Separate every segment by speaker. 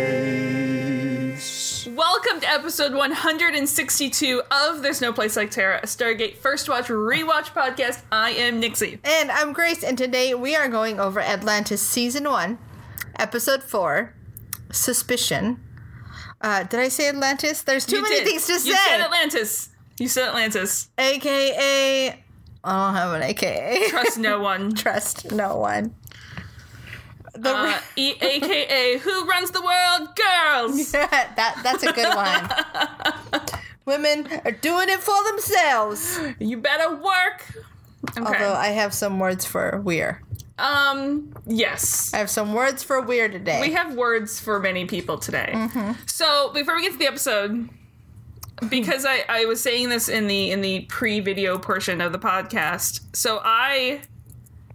Speaker 1: Welcome to episode 162 of There's No Place Like Terra, a Stargate First Watch Rewatch podcast. I am Nixie.
Speaker 2: And I'm Grace, and today we are going over Atlantis Season 1, Episode 4, Suspicion. Uh, did I say Atlantis? There's too
Speaker 1: You
Speaker 2: many
Speaker 1: did.
Speaker 2: things to
Speaker 1: You
Speaker 2: say.
Speaker 1: said Atlantis. You said Atlantis.
Speaker 2: AKA. I don't have an AKA.
Speaker 1: Trust no one.
Speaker 2: Trust no one. The
Speaker 1: Uh, e- AKA Who Runs the World? Girls!
Speaker 2: that that's a good one. Women are doing it for themselves.
Speaker 1: You better work!
Speaker 2: Although
Speaker 1: Okay.
Speaker 2: I have some words for weir.
Speaker 1: Um, yes.
Speaker 2: I have some words for weir today.
Speaker 1: We have words for many people today. So before we get to the episode, because I, I was saying this in the in the pre-video portion of the podcast, so I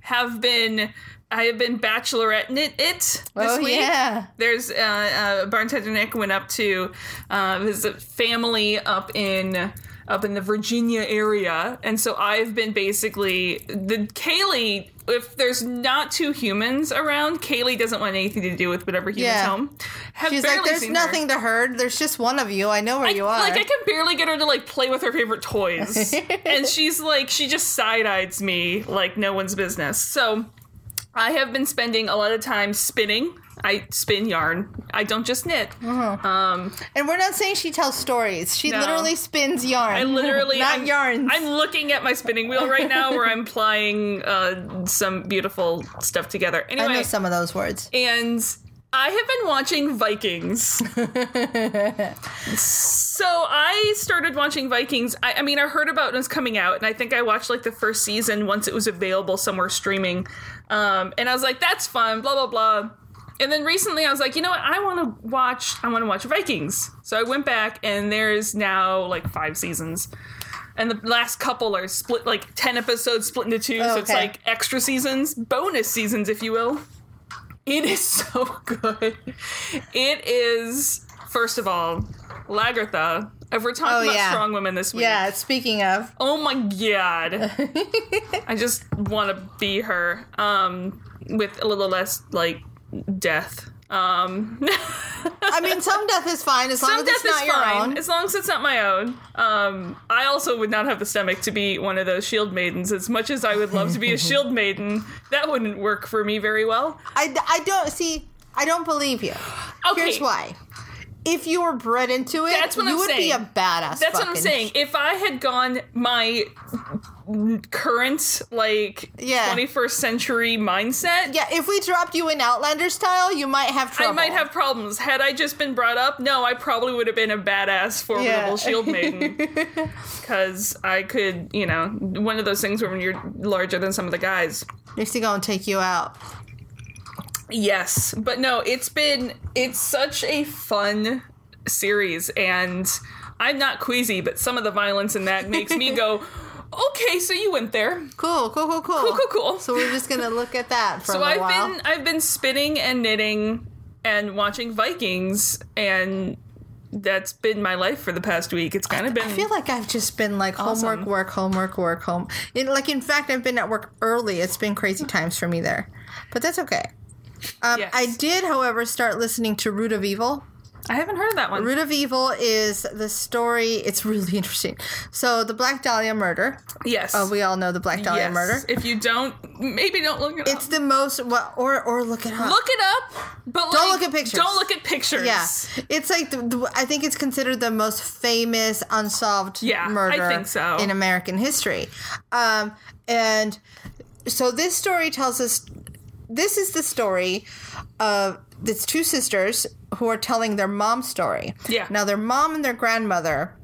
Speaker 1: have been I have been bachelorette knit it this
Speaker 2: oh
Speaker 1: week.
Speaker 2: yeah.
Speaker 1: There's uh, uh, bartender Nick went up to uh, visit family up in up in the Virginia area, and so I've been basically the Kaylee. If there's not two humans around, Kaylee doesn't want anything to do with whatever humans
Speaker 2: Yeah.
Speaker 1: home. Have
Speaker 2: She's
Speaker 1: barely
Speaker 2: like, there's
Speaker 1: seen
Speaker 2: nothing
Speaker 1: Her.
Speaker 2: to herd. There's just one of you. I know where
Speaker 1: I,
Speaker 2: you are.
Speaker 1: Like I can barely get her to like play with her favorite toys, and she's like she just side eyes me like no one's business. So I have been spending a lot of time spinning. I spin yarn. I don't just knit.
Speaker 2: Uh-huh. and we're not saying she tells stories. She
Speaker 1: Um, No.
Speaker 2: literally spins yarn.
Speaker 1: I literally
Speaker 2: not
Speaker 1: I'm,
Speaker 2: yarns.
Speaker 1: I'm looking at my spinning wheel right now, where I'm plying uh, some beautiful stuff together.
Speaker 2: I
Speaker 1: Anyway,
Speaker 2: know some of those words.
Speaker 1: and I have been watching Vikings. so I started watching Vikings. I, I mean, I heard about it when it was coming out, and I think I watched like the first season once it was available somewhere streaming. Um, and I was like, that's fun, blah, blah, blah. And then recently I was like, you know what? I want to watch, I want to watch Vikings. So I went back, and there's now like five seasons. And the last couple are split like 10 episodes split into two. So it's
Speaker 2: Okay.
Speaker 1: like extra seasons, bonus seasons, if you will. It is so good. It is, first of all, Lagartha. If we're talking
Speaker 2: Oh,
Speaker 1: about
Speaker 2: yeah.
Speaker 1: strong women this week,
Speaker 2: Yeah. Speaking of,
Speaker 1: oh my god. I just want to be her um, with a little less, like, death. Um,
Speaker 2: I mean, some death is fine as long
Speaker 1: some
Speaker 2: as
Speaker 1: death
Speaker 2: it's
Speaker 1: is
Speaker 2: Oh, not your
Speaker 1: fine,
Speaker 2: own.
Speaker 1: as long as it's not my own. Um, I also would not have the stomach to be one of those shield maidens. As much as I would love to be a shield maiden, that wouldn't work for me very well.
Speaker 2: I, I don't see. I don't believe you.
Speaker 1: Okay.
Speaker 2: Here's why. If you were bred into it,
Speaker 1: That's what
Speaker 2: you
Speaker 1: I'm
Speaker 2: would be
Speaker 1: saying.
Speaker 2: a badass.
Speaker 1: That's what I'm
Speaker 2: fucking-
Speaker 1: saying. If I had gone my current like
Speaker 2: Yeah.
Speaker 1: 21st century mindset,
Speaker 2: Yeah, if we dropped you in Outlander style, you might have trouble.
Speaker 1: I might have problems. Had I just been brought up, no, I probably would have been a badass formidable
Speaker 2: Yeah.
Speaker 1: shield maiden because I could, you know, one of those things where when you're larger than some of the guys.
Speaker 2: Nixie gonna take you out.
Speaker 1: Yes, but no, it's been it's such a fun series and I'm not queasy, but some of the violence in that makes me go, "Okay, so you went there."
Speaker 2: Cool, cool, cool, cool.
Speaker 1: cool, cool.
Speaker 2: So we're just gonna look at that for
Speaker 1: So
Speaker 2: a
Speaker 1: I've
Speaker 2: little while.
Speaker 1: been I've been spinning and knitting and watching Vikings and that's been my life for the past week. It's kind of been
Speaker 2: I feel like I've just been like
Speaker 1: Awesome.
Speaker 2: homework, work, homework, work, home. In, like in fact, I've been at work early. It's been crazy
Speaker 1: Hmm.
Speaker 2: times for me there, but that's okay. Um,
Speaker 1: Yes.
Speaker 2: I did, however, start listening to Root of Evil.
Speaker 1: I haven't heard that one.
Speaker 2: Root of Evil is the story. It's really interesting. So the Black Dahlia murder.
Speaker 1: yes.
Speaker 2: Uh, we all know the Black Dahlia
Speaker 1: yes.
Speaker 2: murder.
Speaker 1: If you don't maybe don't look it
Speaker 2: It's
Speaker 1: up.
Speaker 2: the most well, or or look it up.
Speaker 1: Look it up, but
Speaker 2: Don't
Speaker 1: like,
Speaker 2: look at pictures.
Speaker 1: Don't look at pictures.
Speaker 2: Yeah, it's like the, the, I think it's considered the most famous unsolved
Speaker 1: Yeah, I
Speaker 2: murder
Speaker 1: think so.
Speaker 2: in American history. Um, and so this story tells us this is the story of it's two sisters who are telling their mom's story.
Speaker 1: Yeah.
Speaker 2: Now their mom and their grandmother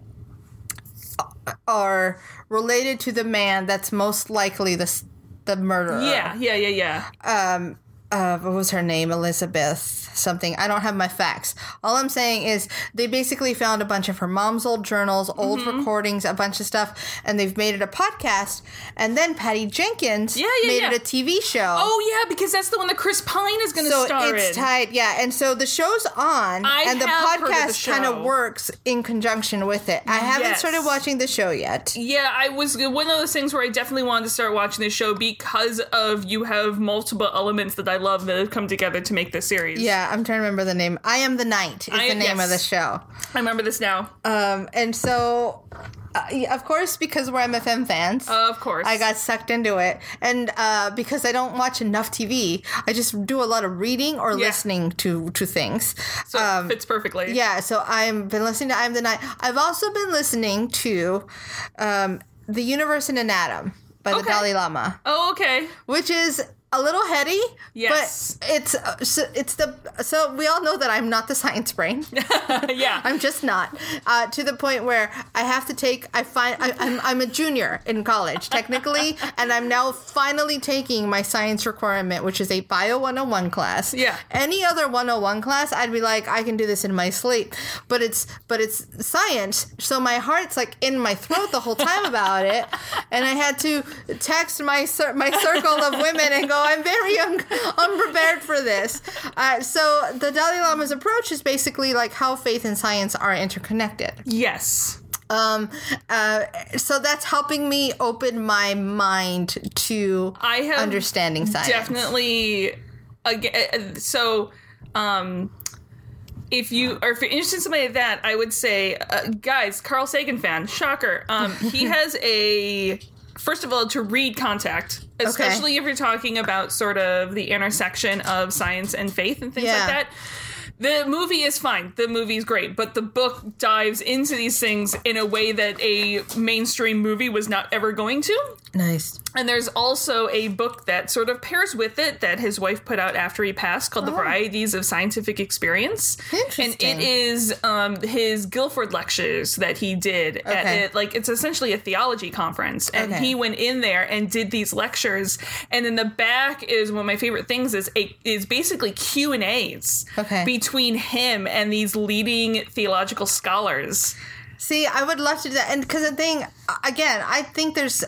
Speaker 2: are related to the man that's most likely the s- the murderer.
Speaker 1: Yeah, yeah, yeah, yeah.
Speaker 2: uh, what was her name? Elizabeth something. I don't have my facts. All I'm saying is they basically found a bunch of her mom's old journals, old
Speaker 1: Mm-hmm.
Speaker 2: recordings, a bunch of stuff, and they've made it a podcast. And then Patty Jenkins
Speaker 1: Yeah, yeah,
Speaker 2: made
Speaker 1: yeah.
Speaker 2: it a TV show.
Speaker 1: Oh yeah, because that's the one that Chris Pine is going to
Speaker 2: so
Speaker 1: star
Speaker 2: it's
Speaker 1: in.
Speaker 2: tied, yeah. And so the show's on,
Speaker 1: I
Speaker 2: and the
Speaker 1: have heard of the
Speaker 2: podcast kind
Speaker 1: show.
Speaker 2: of works in conjunction with it. I haven't
Speaker 1: Yes.
Speaker 2: started watching the show yet.
Speaker 1: yeah, I was one of those things where I definitely wanted to start watching this show because of you have multiple elements that I love that have come together to make this series.
Speaker 2: Yeah, I'm trying to remember the name. I am the Knight is
Speaker 1: I-
Speaker 2: the name of the
Speaker 1: yes.
Speaker 2: show.
Speaker 1: I remember this now.
Speaker 2: Um, and so, uh, yeah, of course, because we're MFM fans,
Speaker 1: of course,
Speaker 2: I got sucked into it. And uh, because I don't watch enough TV, I just do a lot of reading or
Speaker 1: Yeah.
Speaker 2: listening to to things.
Speaker 1: so it fits perfectly.
Speaker 2: um, Yeah, so I've been listening to I'm the Night. I've also been listening to um, The Universe in an Atom by the
Speaker 1: Okay.
Speaker 2: Dalai Lama,
Speaker 1: Oh okay.
Speaker 2: which is a little heady,
Speaker 1: Yes.
Speaker 2: but it's uh, so it's the so we all know that I'm not the science brain.
Speaker 1: yeah.
Speaker 2: I'm just not uh, to the point where I have to take. I find I, I'm I'm a junior in college technically, and I'm now finally taking my science requirement, which is a bio 101 class.
Speaker 1: Yeah.
Speaker 2: Any other 101 class, I'd be like, I can do this in my sleep, but it's but it's science, so my heart's like in my throat the whole time about it, and I had to text my cir- my circle of women and go, I'm very un- unprepared for this. Uh, so the Dalai Lama's approach is basically like how faith and science are interconnected.
Speaker 1: yes.
Speaker 2: Um, uh, so that's helping me open my mind to
Speaker 1: I have
Speaker 2: understanding science.
Speaker 1: definitely again so um if you are if you're interested in somebody like that i would say uh, guys carl sagan fan shocker um he has a first of all to read contact especially if you're talking about sort of the intersection of science and faith and things
Speaker 2: Yeah.
Speaker 1: like that the movie is fine. The movie's great, but the book dives into these things in a way that a mainstream movie was not ever going to.
Speaker 2: Nice.
Speaker 1: And there's also a book that sort of pairs with it that his wife put out after he passed called The Varieties of Scientific Experience. And
Speaker 2: Oh. Interesting.
Speaker 1: it is um, his Guilford lectures that he did at
Speaker 2: Okay.
Speaker 1: it. Like, it's essentially a theology conference. And
Speaker 2: Okay.
Speaker 1: he went in there and did these lectures. And in the back is one of my favorite things is, a, is basically Q&As
Speaker 2: Okay.
Speaker 1: between him and these leading theological scholars.
Speaker 2: See, I would love to do that, and because the thing again, I think there's.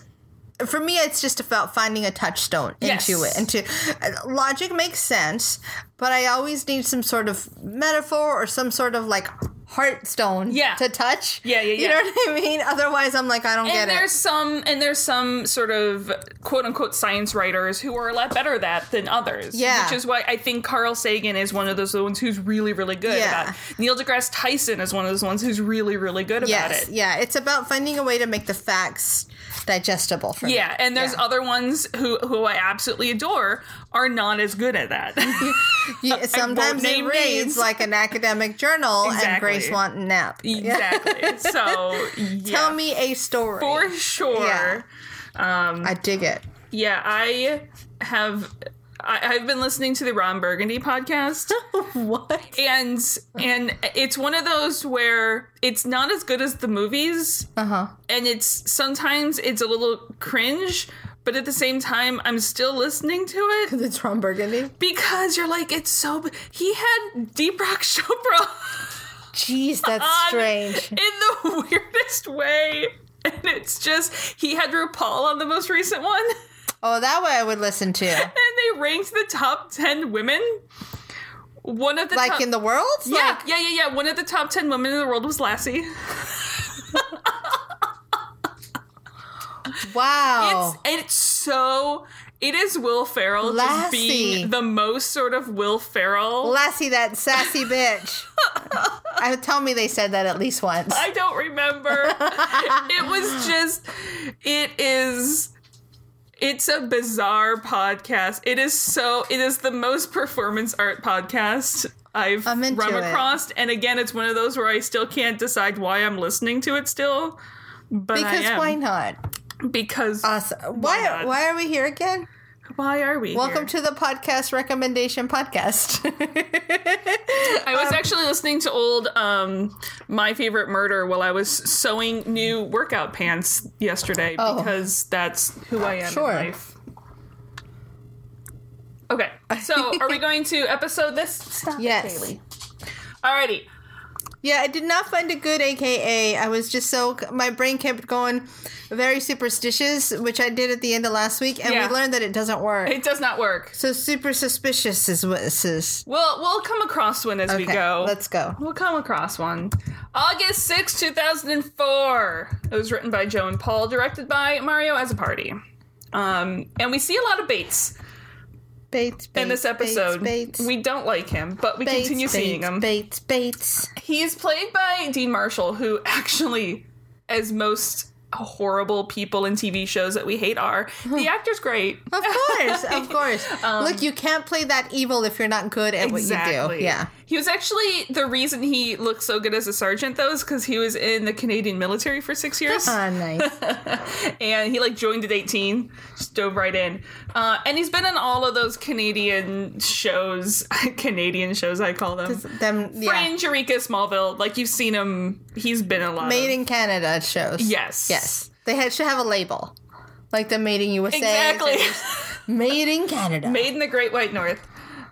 Speaker 2: For me, it's just about finding a touchstone
Speaker 1: Yes.
Speaker 2: into it. Into uh, logic makes sense, but I always need some sort of metaphor or some sort of like heartstone
Speaker 1: Yeah.
Speaker 2: to touch.
Speaker 1: Yeah, yeah,
Speaker 2: You know
Speaker 1: yeah.
Speaker 2: what I mean? Otherwise, I'm like, I don't
Speaker 1: and
Speaker 2: get
Speaker 1: there's
Speaker 2: it.
Speaker 1: some and there's some sort of quote unquote science writers who are a lot better at that than others
Speaker 2: Yeah.
Speaker 1: which is why i think carl sagan is one of those ones who's really really good
Speaker 2: Yeah.
Speaker 1: about it. neil degrasse tyson is one of those ones who's really really good about
Speaker 2: Yes,
Speaker 1: it
Speaker 2: yeah, it's about finding a way to make the facts digestible for me.
Speaker 1: yeah, and there's other ones who who I absolutely adore are not as good at that.
Speaker 2: You- sometimes it
Speaker 1: name
Speaker 2: reads
Speaker 1: names.
Speaker 2: like an academic journal, and
Speaker 1: Exactly.
Speaker 2: Grace Wanton Knapp.
Speaker 1: exactly. So yeah.
Speaker 2: Tell me a story.
Speaker 1: for sure.
Speaker 2: Yeah. I dig it.
Speaker 1: Yeah, I have. I, I've been listening to the Ron Burgundy podcast.
Speaker 2: What?
Speaker 1: and and it's one of those where it's not as good as the movies
Speaker 2: Uh-huh.
Speaker 1: and it's sometimes it's a little cringe but at the same time i'm still listening to it
Speaker 2: It's Ron Burgundy.
Speaker 1: because you're like it's so b- he had deepak chopra
Speaker 2: Jeez, that's
Speaker 1: on
Speaker 2: strange.
Speaker 1: in the weirdest way and it's just he had rupaul on the most recent one
Speaker 2: Oh, that way I would listen to.
Speaker 1: and they ranked the top 10 women one of the
Speaker 2: Like
Speaker 1: top-
Speaker 2: in the world?
Speaker 1: yeah, yeah, yeah, yeah. One of the top ten women in the world was Lassie.
Speaker 2: Like, wow.
Speaker 1: It's it's so it is Will Ferrell just
Speaker 2: Lassie.
Speaker 1: being the most sort of Will Ferrell.
Speaker 2: Lassie, that sassy bitch. I tell me they said that at least once.
Speaker 1: I don't remember. it was just it is it's a bizarre podcast. It is so it is the most performance art podcast I've
Speaker 2: I'm into
Speaker 1: run
Speaker 2: it.
Speaker 1: across. And again, it's one of those where I still can't decide why I'm listening to it still. But I
Speaker 2: because
Speaker 1: am.
Speaker 2: why not? Uh,
Speaker 1: Because
Speaker 2: Awesome. Why? Why,
Speaker 1: not?
Speaker 2: are we here again?
Speaker 1: why are we
Speaker 2: Welcome
Speaker 1: here?
Speaker 2: to the podcast recommendation podcast.
Speaker 1: I
Speaker 2: Um,
Speaker 1: was actually listening to old um, My Favorite Murder while I was sewing new workout pants yesterday
Speaker 2: Oh.
Speaker 1: because that's who I am
Speaker 2: Sure.
Speaker 1: in life. Okay. So are we going to episode this? Stop it,
Speaker 2: Yes.
Speaker 1: Kaylee. Alrighty.
Speaker 2: Yeah, I did not find a good AKA. I was just so my brain kept going very superstitious, which I did at the end of last week, and
Speaker 1: Yeah.
Speaker 2: we learned that it doesn't work.
Speaker 1: It does not work.
Speaker 2: so super suspicious is what this is.
Speaker 1: We'll we'll come across one as we
Speaker 2: Okay,
Speaker 1: go.
Speaker 2: let's go.
Speaker 1: We'll come across one. August 6, 2004. It was written by Joe and Paul, directed by Mario as a party. Um, and we see a lot of Bates
Speaker 2: Bates, Bates
Speaker 1: in this episode.
Speaker 2: Bates, Bates,
Speaker 1: We don't like him, but we
Speaker 2: Bates,
Speaker 1: continue seeing
Speaker 2: Bates,
Speaker 1: him.
Speaker 2: Bates, Bates.
Speaker 1: He's played by Dean Marshall, who actually, as most horrible people in TV shows that we hate are, the actor's great.
Speaker 2: Of course, of course.
Speaker 1: Um,
Speaker 2: Look, you can't play that evil if you're not good at what you do. Yeah.
Speaker 1: He was actually the reason he looked so good as a sergeant though is because he was in the Canadian military for six years.
Speaker 2: Ah, nice.
Speaker 1: and he like joined at 18 just dove right in uh, and he's been in all of those canadian shows canadian shows i call them
Speaker 2: Them, yeah.
Speaker 1: fringe eureka smallville like you've seen him he's been in a lot
Speaker 2: Made
Speaker 1: of,
Speaker 2: in Canada shows.
Speaker 1: yes
Speaker 2: Yes. They had, should have a label. Like the Made in USA.
Speaker 1: exactly
Speaker 2: Made in Canada.
Speaker 1: made in the great white north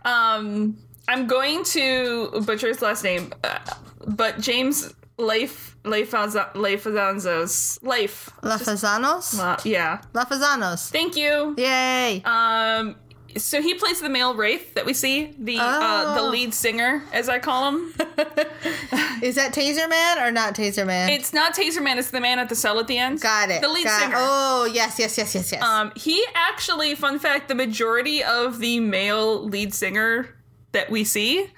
Speaker 1: um i'm going to butcher his last name uh, but james Leif Leifazanzos Leif, Leif
Speaker 2: Lafazanos?
Speaker 1: uh, yeah
Speaker 2: Lafazanos.
Speaker 1: thank you
Speaker 2: Yay.
Speaker 1: Um, so he plays the male wraith that we see, the uh, the
Speaker 2: Oh.
Speaker 1: lead singer, as I call him.
Speaker 2: Is that Taser Man or not Taser Man?
Speaker 1: it's not Taser Man; it's the man at the cell at the end.
Speaker 2: Got it.
Speaker 1: The lead
Speaker 2: got it.
Speaker 1: singer.
Speaker 2: Oh, yes, yes, yes, yes, yes.
Speaker 1: Um, he actually, fun fact: the majority of the male lead singer that we see,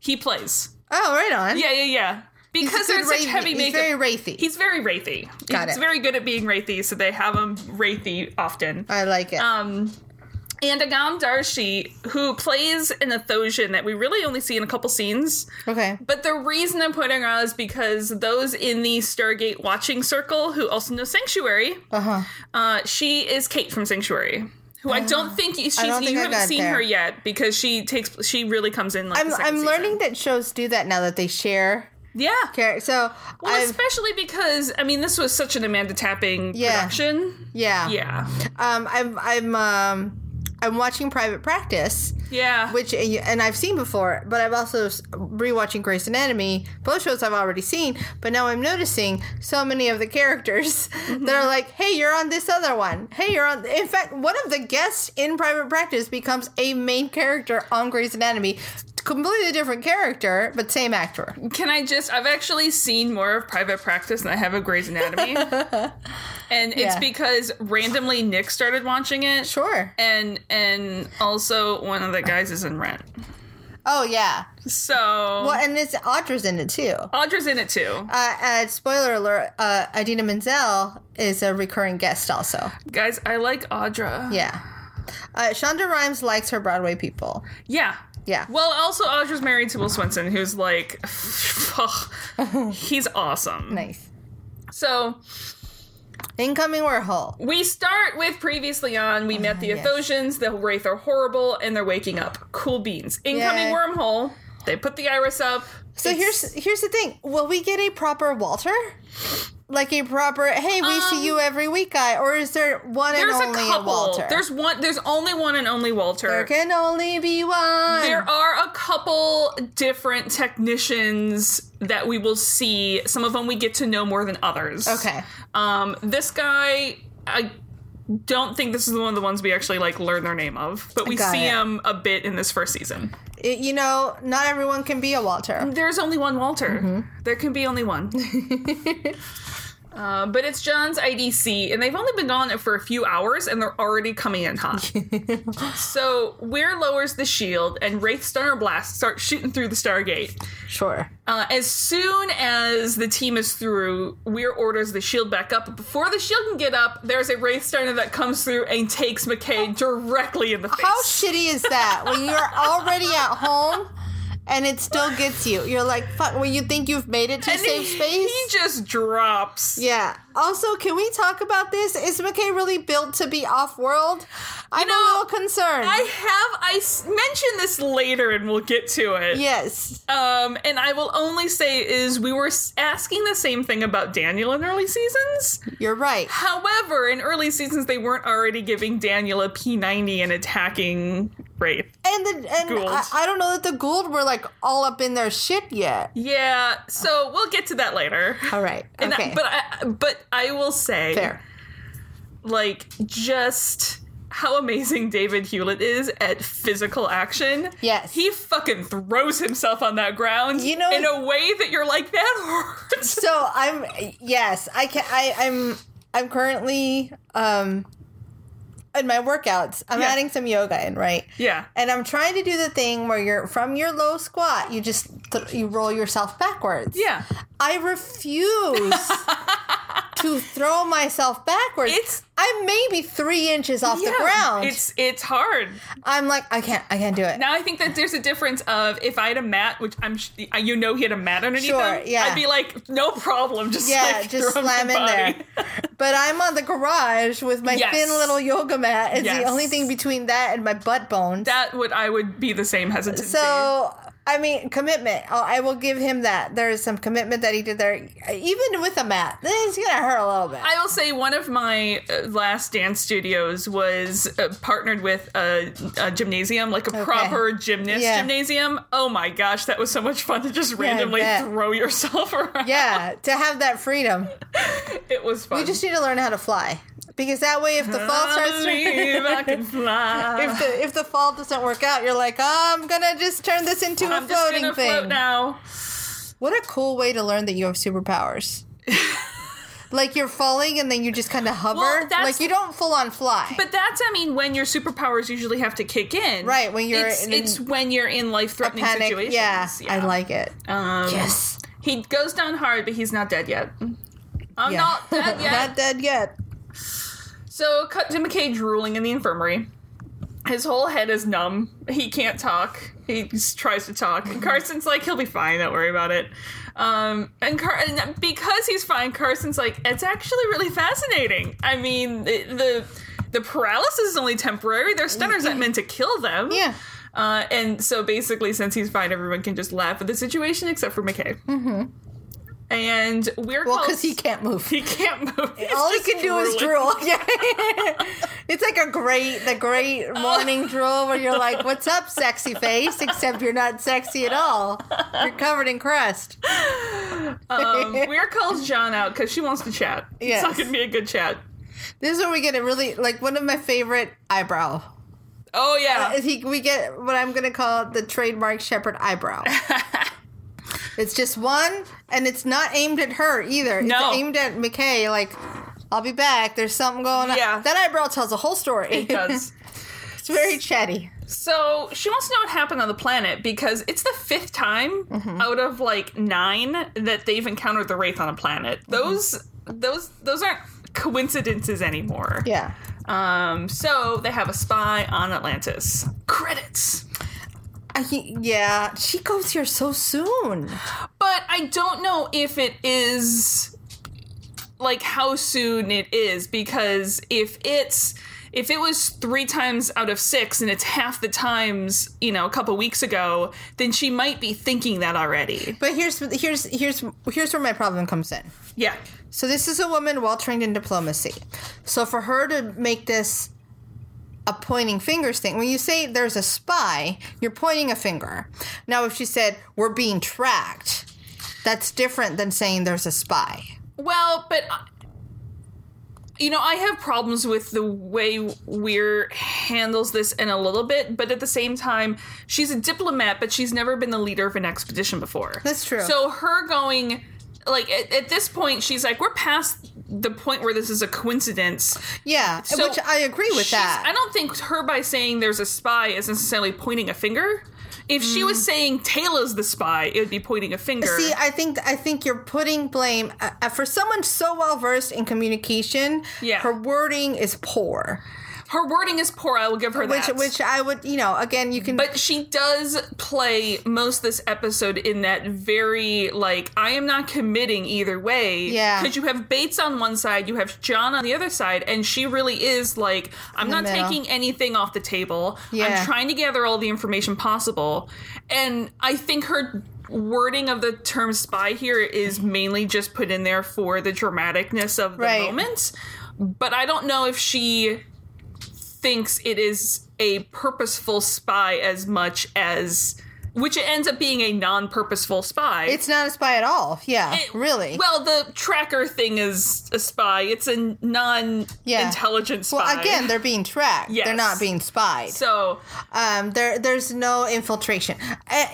Speaker 1: he plays.
Speaker 2: oh, right on.
Speaker 1: Yeah, yeah, yeah.
Speaker 2: He's a
Speaker 1: Because
Speaker 2: good
Speaker 1: there's such
Speaker 2: wraithy-
Speaker 1: heavy
Speaker 2: he's
Speaker 1: makeup.
Speaker 2: very wraithy.
Speaker 1: He's very wraithy.
Speaker 2: Got
Speaker 1: he's
Speaker 2: it.
Speaker 1: very good at being wraithy, so they have him wraithy often.
Speaker 2: I like it.
Speaker 1: Um, and Agam Darshi, who plays an Athosian that we really only see in a couple scenes.
Speaker 2: okay.
Speaker 1: But the reason I'm putting her out is because those in the Stargate watching circle who also know Sanctuary,
Speaker 2: Uh huh.
Speaker 1: uh, she is Kate from Sanctuary. Who I don't think you- she's,
Speaker 2: don't think
Speaker 1: you
Speaker 2: I
Speaker 1: haven't
Speaker 2: got
Speaker 1: seen
Speaker 2: there.
Speaker 1: her yet because she takes she really comes in like
Speaker 2: I'm,
Speaker 1: the second
Speaker 2: I'm
Speaker 1: season.
Speaker 2: learning that shows do that now that they share
Speaker 1: yeah
Speaker 2: characters. So,
Speaker 1: well
Speaker 2: I've,
Speaker 1: especially because I mean this was such an Amanda Tapping
Speaker 2: Yeah.
Speaker 1: production
Speaker 2: yeah.
Speaker 1: yeah
Speaker 2: Um, I'm, I'm, um, I'm watching Private Practice.
Speaker 1: yeah
Speaker 2: which and I've seen before, but I'm also rewatching Grey's Anatomy. Both shows I've already seen, but now I'm noticing so many of the characters that are like, "Hey, you're on this other one. Hey, you're on." In fact, one of the guests in Private Practice becomes a main character on Grey's Anatomy, completely different character, but same actor.
Speaker 1: Can I just? I've actually seen more of Private Practice than I have of Grey's Anatomy, and it's
Speaker 2: Yeah.
Speaker 1: because randomly Nick started watching it.
Speaker 2: Sure.
Speaker 1: And and also one of the guys is in Rent,
Speaker 2: Oh yeah.
Speaker 1: so
Speaker 2: Well, and it's Audra's in it too.
Speaker 1: Audra's in it too.
Speaker 2: Uh, uh, spoiler alert: uh, Idina Menzel is a recurring guest also.
Speaker 1: Guys, I like Audra.
Speaker 2: Yeah. Uh, Shonda Rhimes likes her Broadway people.
Speaker 1: Yeah.
Speaker 2: Yeah.
Speaker 1: Well, also Audra's married to Will Swenson, who's like, ugh, he's awesome.
Speaker 2: Nice.
Speaker 1: So
Speaker 2: Incoming Warhol.
Speaker 1: We start with previously on. We met the
Speaker 2: Ah, yes.
Speaker 1: Athosians. The Wraith are horrible, and they're waking up. Cool beans. Incoming
Speaker 2: Yay.
Speaker 1: wormhole. They put the iris up.
Speaker 2: So here's here's the thing. Will we get a proper Walter? Like a proper hey, we
Speaker 1: Um,
Speaker 2: see you every week guy, or is there one and
Speaker 1: There's a
Speaker 2: only
Speaker 1: couple.
Speaker 2: Walter?
Speaker 1: There's one. There's only one and only Walter.
Speaker 2: there can only be one.
Speaker 1: There are a couple different technicians that we will see. Some of them we get to know more than others.
Speaker 2: okay.
Speaker 1: Um, this guy, I don't think this is one of the ones we actually like learn their name of, but we
Speaker 2: Got
Speaker 1: see
Speaker 2: it.
Speaker 1: him a bit in this first season.
Speaker 2: It- you know, not everyone can be a Walter.
Speaker 1: There's only one Walter.
Speaker 2: Mm-hmm.
Speaker 1: There can be only one. Uh, but it's John's IDC, and they've only been gone for a few hours, and they're already coming in hot. so Weir lowers the shield, and Wraith Stunner blasts start shooting through the Stargate.
Speaker 2: Sure.
Speaker 1: Uh, as soon as the team is through, Weir orders the shield back up. But before the shield can get up, there's a Wraith Stunner that comes through and takes McKay directly in the face.
Speaker 2: How shitty is that when you're already at home and it still gets you? You're like, fuck, when you think you've made it to
Speaker 1: And
Speaker 2: safe
Speaker 1: he-
Speaker 2: space?
Speaker 1: He just drops.
Speaker 2: Yeah. Also, can we talk about this? Is McKay really built to be off world? I'm
Speaker 1: know,
Speaker 2: a little concerned.
Speaker 1: I have I s- mentioned this later, and we'll get to it.
Speaker 2: yes.
Speaker 1: Um, and I will only say is we were s- asking the same thing about Daniel in early seasons.
Speaker 2: You're right.
Speaker 1: However, in early seasons they weren't already giving Daniel a P90 and attacking wraith.
Speaker 2: And the and I,
Speaker 1: Ghouls.
Speaker 2: I don't know that the Gould were like all up in their shit yet.
Speaker 1: Yeah, so we'll get to that later.
Speaker 2: All right.
Speaker 1: And I-
Speaker 2: okay.
Speaker 1: but I, but I will say,
Speaker 2: Fair.
Speaker 1: like, just how amazing David Hewlett is at physical action.
Speaker 2: Yes.
Speaker 1: he fucking throws himself on that ground.
Speaker 2: You know-
Speaker 1: in a way that you're like that hurts.
Speaker 2: So I'm yes, I can I, I'm I'm currently um in my workouts. I'm
Speaker 1: Yeah.
Speaker 2: adding some yoga in, right?
Speaker 1: Yeah,
Speaker 2: And I'm trying to do the thing where you're from your low squat, you just th- you roll yourself backwards.
Speaker 1: yeah.
Speaker 2: I refuse to throw myself backwards.
Speaker 1: It's-
Speaker 2: I'm maybe three inches off
Speaker 1: Yeah.
Speaker 2: the ground.
Speaker 1: It's it's hard.
Speaker 2: I'm like, I can't, I can't do it.
Speaker 1: Now I think that there's a difference of if I had a mat, which I'm sh- you know he had a mat underneath
Speaker 2: Sure,
Speaker 1: him.
Speaker 2: yeah.
Speaker 1: I'd be like, no problem, just
Speaker 2: yeah,
Speaker 1: like,
Speaker 2: just
Speaker 1: throw him
Speaker 2: slam
Speaker 1: the
Speaker 2: in there.
Speaker 1: body.
Speaker 2: But I'm on the garage with my
Speaker 1: Yes.
Speaker 2: thin little yoga mat. It's
Speaker 1: Yes.
Speaker 2: the only thing between that and my butt bones.
Speaker 1: That would I would be the same hesitancy.
Speaker 2: so I mean, commitment. Oh, I will give him that. There is some commitment that he did there, even with a mat. It's gonna hurt a little bit.
Speaker 1: I will say one of my uh, last dance studios was uh, partnered with a, a gymnasium, like a proper gymnast
Speaker 2: Yeah.
Speaker 1: gymnasium. Oh my gosh, that was so much fun to just randomly
Speaker 2: bet.
Speaker 1: throw yourself around.
Speaker 2: yeah, to have that freedom,
Speaker 1: it was fun.
Speaker 2: we just need to learn how to fly because that way, if the fall
Speaker 1: I
Speaker 2: starts, to,
Speaker 1: believe I can fly.
Speaker 2: if the if the fall doesn't work out, you're like, oh, I'm gonna just turn this into
Speaker 1: I'm
Speaker 2: a
Speaker 1: just
Speaker 2: floating
Speaker 1: gonna
Speaker 2: thing.
Speaker 1: float now.
Speaker 2: What a cool way to learn that you have superpowers. like you're falling and then you just kind of hover.
Speaker 1: Well, that's-
Speaker 2: like you don't full on fly.
Speaker 1: But that's, I mean, when your superpowers usually have to kick in.
Speaker 2: Right, when you're
Speaker 1: it's,
Speaker 2: in
Speaker 1: it's when you're in life threatening
Speaker 2: panic.
Speaker 1: situations.
Speaker 2: Yeah, I like it.
Speaker 1: Um,
Speaker 2: yes.
Speaker 1: He goes down hard, but he's not dead yet. I'm
Speaker 2: Yeah.
Speaker 1: not dead yet.
Speaker 2: Not dead yet.
Speaker 1: So, cut to McCage drooling in the infirmary. His whole head is numb. He can't talk. He s- tries to talk. And Carson's like, he'll be fine. Don't worry about it. Um, and, Car- and because he's fine, Carson's like, it's actually really fascinating. I mean, it, the the paralysis is only temporary. Their stunners aren't meant to kill them.
Speaker 2: Yeah.
Speaker 1: Uh, and so basically, since he's fine, everyone can just laugh at the situation except for McKay. Mm-hmm. And we're
Speaker 2: Well,
Speaker 1: called-
Speaker 2: because he can't move.
Speaker 1: he can't move. He's
Speaker 2: All he
Speaker 1: just
Speaker 2: can do is
Speaker 1: drooling.
Speaker 2: drool. Yeah. it's like a great, the
Speaker 1: Oh.
Speaker 2: great morning drool where you're like, "What's up, sexy face?" Except you're not sexy at all. You're covered in crust.
Speaker 1: Um, Weir calls John out because she wants to chat.
Speaker 2: Yes.
Speaker 1: It's not going to be a good chat.
Speaker 2: This is where we get a really like one of my favorite eyebrow
Speaker 1: Oh, yeah.
Speaker 2: Uh, he, we get what I'm going to call the trademark shepherd eyebrow. it's just one, and it's not aimed at her either.
Speaker 1: No.
Speaker 2: It's aimed at McKay, like, I'll be back. There's something going on.
Speaker 1: Yeah.
Speaker 2: That eyebrow tells a whole story.
Speaker 1: it does.
Speaker 2: it's very chatty.
Speaker 1: So she wants to know what happened on the planet because it's the fifth time out of like nine that they've encountered the Wraith on a planet. Those, those, those aren't coincidences anymore.
Speaker 2: Yeah.
Speaker 1: Um, so they have a spy on Atlantis. Credits.
Speaker 2: I, he- yeah. She goes here so soon.
Speaker 1: But I don't know if it is like how soon it is because if it's if it was three times out of six and it's half the times you know a couple weeks ago then she might be thinking that already
Speaker 2: But here's here's here's here's where my problem comes in.
Speaker 1: yeah
Speaker 2: So this is a woman well trained in diplomacy. So for her to make this a pointing fingers thing, when you say there's a spy, you're pointing a finger. Now if she said we're being tracked, that's different than saying there's a spy.
Speaker 1: well but uh, you know i have problems with the way weir handles this in a little bit but at the same time she's a diplomat but she's never been the leader of an expedition before
Speaker 2: That's true.
Speaker 1: So her going like at, at this point, she's like, we're past the point where this is a coincidence.
Speaker 2: Yeah,
Speaker 1: So
Speaker 2: which I agree with
Speaker 1: She's-
Speaker 2: that.
Speaker 1: I don't think her by saying there's a spy is necessarily pointing a finger. If she was saying Taylor's the spy, it would be pointing a finger.
Speaker 2: Mm. See, I think I think you're putting blame uh, uh, for someone so well versed in communication.
Speaker 1: Yeah.
Speaker 2: her wording is poor,
Speaker 1: her wording is poor. I will give her
Speaker 2: which
Speaker 1: that.
Speaker 2: which I would you know again you can
Speaker 1: But she does play most this episode in that very like I am not committing either way.
Speaker 2: Yeah.
Speaker 1: because you have Bates on one side, you have John on the other side, and she really is like I'm
Speaker 2: the
Speaker 1: not
Speaker 2: middle.
Speaker 1: taking anything off the table.
Speaker 2: Yeah.
Speaker 1: I'm trying to gather all the information possible, and I think her wording of the term spy here is mainly just put in there for the dramaticness of the
Speaker 2: Right.
Speaker 1: moment. But I don't know if she thinks it is a purposeful spy as much as which it ends up being a non-purposeful spy.
Speaker 2: It's not a spy at all. Yeah,
Speaker 1: It-
Speaker 2: really.
Speaker 1: Well, the tracker thing is a spy. It's a
Speaker 2: Yeah.
Speaker 1: non-intelligent spy.
Speaker 2: Well, again, they're being tracked. They're
Speaker 1: Yes.
Speaker 2: not being spied.
Speaker 1: so
Speaker 2: Um, there, there's no infiltration. Uh,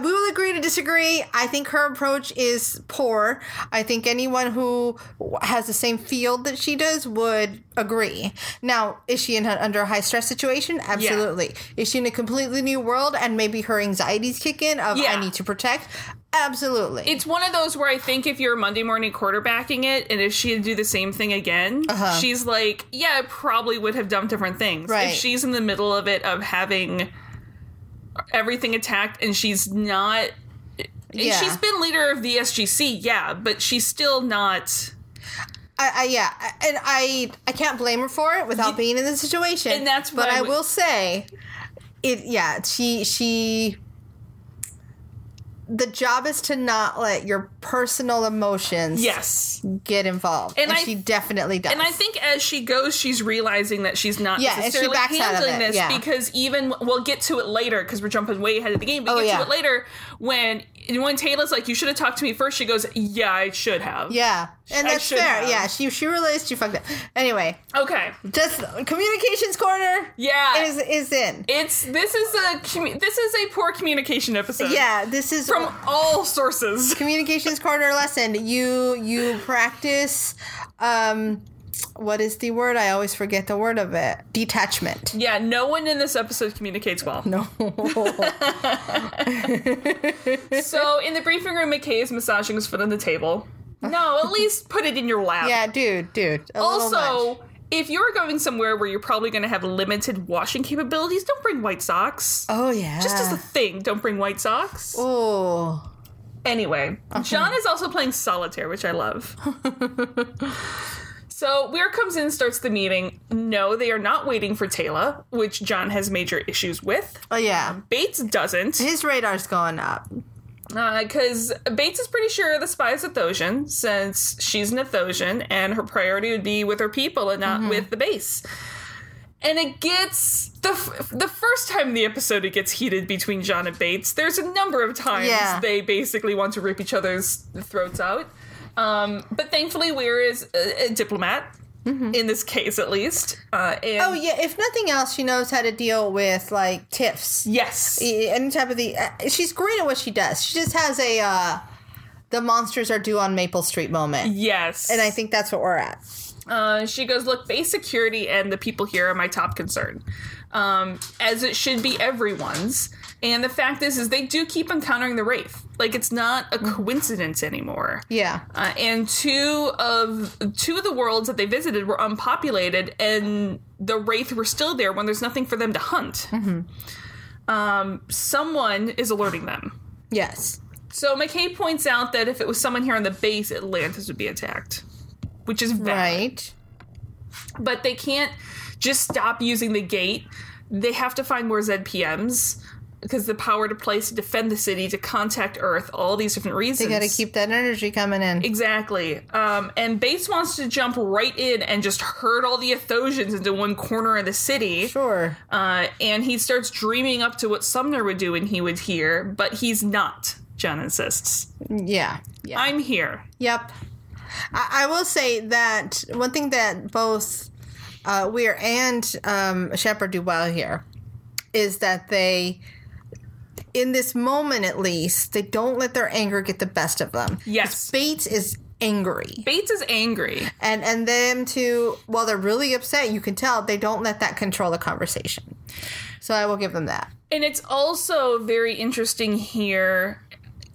Speaker 2: we will agree to disagree. I think her approach is poor. I think anyone who has the same field that she does would agree. Now, is she in a, under a high stress situation? Absolutely. Is she in a completely new world and maybe her anxieties kick in of
Speaker 1: Yeah.
Speaker 2: I need to protect? Absolutely.
Speaker 1: it's one of those where I think if you're Monday morning quarterbacking it, and if she'd do the same thing again, she's like, yeah, I probably would have done different things.
Speaker 2: Uh-huh. Right.
Speaker 1: If she's in the middle of it of having everything attacked and she's not, and
Speaker 2: Yeah.
Speaker 1: she's been leader of the SGC, yeah, but she's still not.
Speaker 2: I, I yeah, I- and I I can't blame her for it without being in the situation.
Speaker 1: And that's
Speaker 2: but
Speaker 1: why
Speaker 2: I
Speaker 1: we-
Speaker 2: will say, it yeah she she. The job is to not let your personal emotions
Speaker 1: Yes.
Speaker 2: get involved, and,
Speaker 1: And I-
Speaker 2: she definitely does.
Speaker 1: And I think as she goes, she's realizing that she's not
Speaker 2: Yeah, and she
Speaker 1: necessarily
Speaker 2: backs out of
Speaker 1: handling
Speaker 2: it,
Speaker 1: this
Speaker 2: yeah.
Speaker 1: because even we'll get to it later because we're jumping way ahead of the game. But
Speaker 2: Oh,
Speaker 1: get
Speaker 2: yeah.
Speaker 1: to it later when when Taylor's like, "You should have talked to me first. She goes, "Yeah, I should have."
Speaker 2: yeah, and
Speaker 1: I
Speaker 2: that's
Speaker 1: should
Speaker 2: fair.
Speaker 1: have.
Speaker 2: Yeah, she she realized she fucked up. Anyway,
Speaker 1: Okay.
Speaker 2: just communications corner.
Speaker 1: Yeah.
Speaker 2: is is in.
Speaker 1: It's this is a commu- this is a poor communication episode.
Speaker 2: yeah, this is
Speaker 1: From all sources.
Speaker 2: communications corner lesson you you practice um what is the word i always forget the word of it detachment
Speaker 1: Yeah. No one in this episode communicates well.
Speaker 2: no
Speaker 1: So in the briefing room, McKay is massaging his foot on the table. No, at least put it in your lap.
Speaker 2: yeah dude dude a little much.
Speaker 1: Also, if you're going somewhere where you're probably going to have limited washing capabilities, don't bring white socks.
Speaker 2: oh yeah
Speaker 1: Just as a thing, don't bring white socks.
Speaker 2: oh
Speaker 1: Anyway,
Speaker 2: Uh-huh.
Speaker 1: John is also playing solitaire, which I love. so Weir comes in, starts the meeting. No, they are not waiting for Taylor, which John has major issues with.
Speaker 2: oh yeah
Speaker 1: Bates doesn't,
Speaker 2: his radar's going up
Speaker 1: because Uh, Bates is pretty sure the spy is a Thosian, since she's an Athosian, and her priority would be with her people and
Speaker 2: Mm-hmm.
Speaker 1: not with the base. and it gets the f- the first time the episode it gets heated between John and Bates. There's a number of times
Speaker 2: Yeah.
Speaker 1: they basically want to rip each other's throats out. Um, but thankfully, Weir is a, a diplomat in this case, at least. Uh, and
Speaker 2: Mm-hmm. oh yeah if nothing else she knows how to deal with like tiffs
Speaker 1: yes,
Speaker 2: any type of the uh, she's great at what she does she just has a uh the monsters are due on maple street moment
Speaker 1: yes.
Speaker 2: and i think that's what we're at
Speaker 1: Uh, she goes, Look, base security and the people here are my top concern, um, as it should be everyone's. And the fact is, is they do keep encountering the Wraith. Like, it's not a coincidence anymore.
Speaker 2: yeah
Speaker 1: Uh, and two of two of the worlds that they visited were unpopulated, and the Wraith were still there when there's nothing for them to hunt. Um, someone is alerting them.
Speaker 2: yes
Speaker 1: So McKay points out that if it was someone here on the base, Atlantis would be attacked, which is valid
Speaker 2: Right.
Speaker 1: but they can't just stop using the gate. They have to find more ZPMs because the power to place to defend the city, to contact Earth, all these different
Speaker 2: They
Speaker 1: reasons.
Speaker 2: got to keep that energy coming in.
Speaker 1: exactly. Um, and Bates wants to jump right in and just herd all the Athosians into one corner of the city.
Speaker 2: Sure.
Speaker 1: Uh, and he starts dreaming up to what Sumner would do when he was here, but he's not. John insists.
Speaker 2: Yeah. Yeah.
Speaker 1: I'm here.
Speaker 2: yep. I, I will say that one thing that both uh, Weir and um, Shepard do well here is that they, in this moment at least, they don't let their anger get the best of them.
Speaker 1: Yes.
Speaker 2: Bates is angry.
Speaker 1: Bates is angry.
Speaker 2: And and them to while they're really upset, you can tell they don't let that control the conversation. So I will give them that.
Speaker 1: And it's also very interesting here,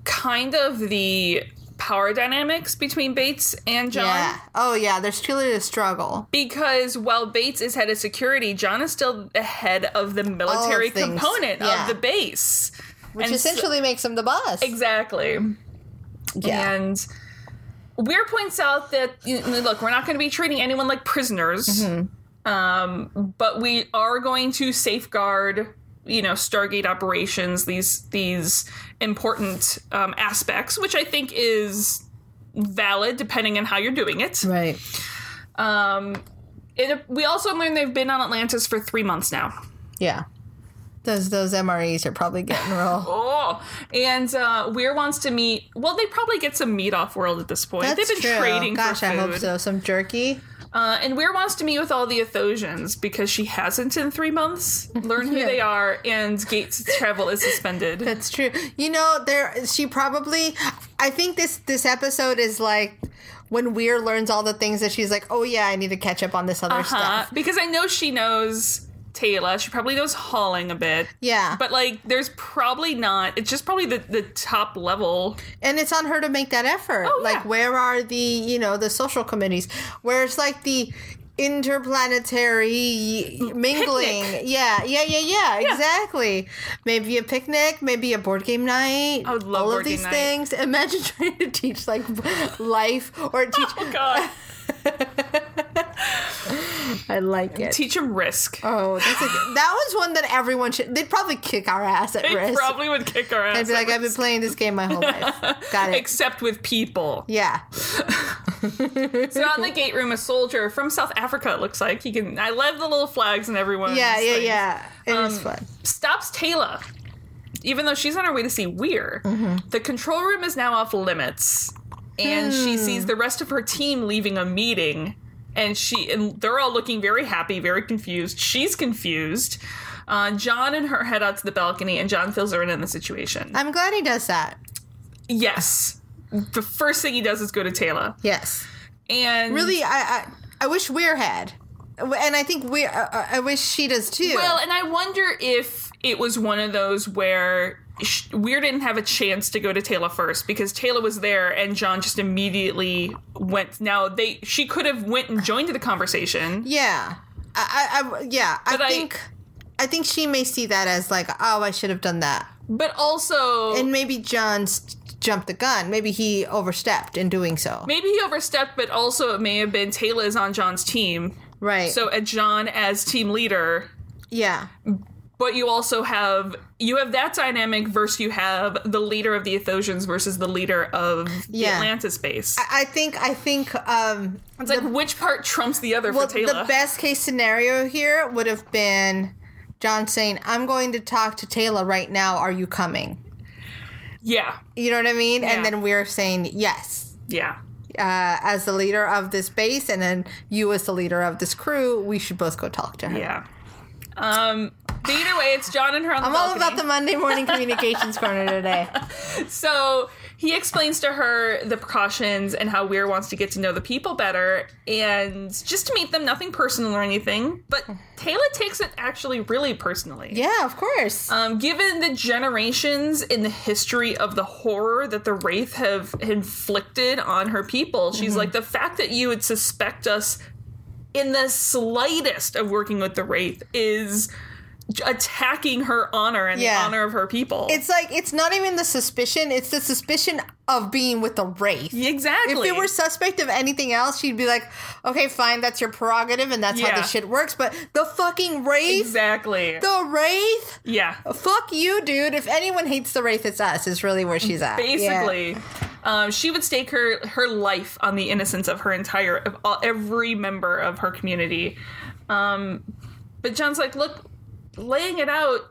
Speaker 1: kind of the power dynamics between Bates and John.
Speaker 2: Yeah. Oh yeah, there's clearly a struggle.
Speaker 1: Because while Bates is head of security, John is still the head of the military
Speaker 2: things.
Speaker 1: component
Speaker 2: Yeah.
Speaker 1: of the base.
Speaker 2: which
Speaker 1: And so-
Speaker 2: essentially makes him the boss.
Speaker 1: exactly.
Speaker 2: Yeah.
Speaker 1: And Weir points out that, you know, look, we're not going to be treating anyone like prisoners,
Speaker 2: Mm-hmm.
Speaker 1: um, but we are going to safeguard, you know, Stargate operations, these, these important um, aspects, which I think is valid depending on how you're doing it.
Speaker 2: Right.
Speaker 1: Um, it we also learned they've been on Atlantis for three months now.
Speaker 2: Yeah. Those those MREs are probably getting real.
Speaker 1: Oh, and uh, Weir wants to meet. Well, they probably get some meat off world at this point.
Speaker 2: That's
Speaker 1: They've been
Speaker 2: true.
Speaker 1: trading
Speaker 2: Gosh,
Speaker 1: for food.
Speaker 2: I hope so. Some jerky.
Speaker 1: Uh, and Weir wants to meet with all the Athosians because she hasn't in three months. Learn who
Speaker 2: Yeah.
Speaker 1: they are, and Gates travel is suspended.
Speaker 2: That's true. You know, there she probably I think this this episode is like when Weir learns all the things that she's like, "Oh yeah, I need to catch up on this other
Speaker 1: Uh,
Speaker 2: stuff."
Speaker 1: because I know she knows Taylor. She probably knows Hauling a bit.
Speaker 2: Yeah.
Speaker 1: But like, there's probably not. It's just probably the, the top level.
Speaker 2: and it's on her to make that effort.
Speaker 1: Oh,
Speaker 2: like
Speaker 1: yeah.
Speaker 2: where are the, you know, the social committees? Where it's like the interplanetary mingling.
Speaker 1: Picnic.
Speaker 2: Yeah, yeah, yeah, yeah, exactly. Maybe a picnic, maybe a board game night.
Speaker 1: I would love
Speaker 2: all
Speaker 1: board
Speaker 2: of
Speaker 1: game
Speaker 2: these
Speaker 1: night.
Speaker 2: things. Imagine trying to teach like life or teach
Speaker 1: Oh God,
Speaker 2: I like it.
Speaker 1: teach him risk.
Speaker 2: Oh, that's a, that was one that everyone should. They'd probably kick our ass at
Speaker 1: They
Speaker 2: risk.
Speaker 1: probably would kick our ass.
Speaker 2: I'd be like,
Speaker 1: at
Speaker 2: I've been playing this game my whole life. Got it.
Speaker 1: except with people.
Speaker 2: Yeah.
Speaker 1: So out in the gate room, a soldier from South Africa, it looks like. He can I love the little flags and everyone.
Speaker 2: Yeah, yeah, yeah. It is
Speaker 1: Um,
Speaker 2: fun.
Speaker 1: Stops Taylor. Even though she's on her way to see Weir. The control room is now off limits. And she sees the rest of her team leaving a meeting. And she and they're all looking very happy, very confused. She's confused. Uh, John and her head out to the balcony, and John fills her in on the situation.
Speaker 2: I'm glad he does that.
Speaker 1: yes. The first thing he does is go to Taylor.
Speaker 2: Yes.
Speaker 1: And
Speaker 2: Really, I I, I wish Weir had. And I think we I, I wish she does too.
Speaker 1: Well, and I wonder if it was one of those where sh- Weir didn't have a chance to go to Taylor first because Taylor was there, and John just immediately went. Now they, she could have went and joined the conversation.
Speaker 2: yeah. I, I, I yeah, I
Speaker 1: But I-
Speaker 2: think I think she may see that as like, "Oh, I should have done that."
Speaker 1: But also,
Speaker 2: And maybe John's jumped the gun. Maybe he overstepped in doing so.
Speaker 1: maybe he overstepped. But also, it may have been Taylor is on John's team,
Speaker 2: Right.
Speaker 1: so uh, John as team leader.
Speaker 2: yeah.
Speaker 1: But you also have you have that dynamic versus you have the leader of the Athosians versus the leader of the
Speaker 2: Yeah.
Speaker 1: Atlantis base.
Speaker 2: I think I think um
Speaker 1: it's like which part trumps the other
Speaker 2: well
Speaker 1: for Taylor?
Speaker 2: the best case scenario here would have been John saying, I'm going to talk to Taylor right now, are you coming?
Speaker 1: yeah,
Speaker 2: You know what I mean?
Speaker 1: Yeah.
Speaker 2: And then we're saying yes.
Speaker 1: Yeah.
Speaker 2: Uh, as the leader of this base, and then you as the leader of this crew, we should both go talk to her.
Speaker 1: Yeah. Um but either way, it's John and her on the
Speaker 2: I'm all about
Speaker 1: balcony.
Speaker 2: the Monday morning communications corner today.
Speaker 1: So he explains to her the precautions and how Weir wants to get to know the people better and just to meet them, nothing personal or anything. But Taylor takes it actually really personally.
Speaker 2: Yeah, of course.
Speaker 1: Um, given the generations in the history of the horror that the Wraith have inflicted on her people, she's
Speaker 2: Mm-hmm.
Speaker 1: like, the fact that you would suspect us in the slightest of working with the Wraith is j- attacking her honor and the
Speaker 2: Yeah.
Speaker 1: honor of her people.
Speaker 2: it's like it's not even the suspicion; it's the suspicion of being with the wraith. If
Speaker 1: exactly.
Speaker 2: it were suspect of anything else, she'd be like, okay, fine, that's your prerogative and that's
Speaker 1: Yeah.
Speaker 2: how this shit works. But the fucking Wraith,
Speaker 1: exactly.
Speaker 2: the Wraith,
Speaker 1: yeah.
Speaker 2: fuck you, dude. If anyone hates the Wraith, it's us, is really where she's at. Yeah.
Speaker 1: Basically. Um, she would stake her her life on the innocence of her entire of all, every member of her community. Um, but John's like, look, laying it out.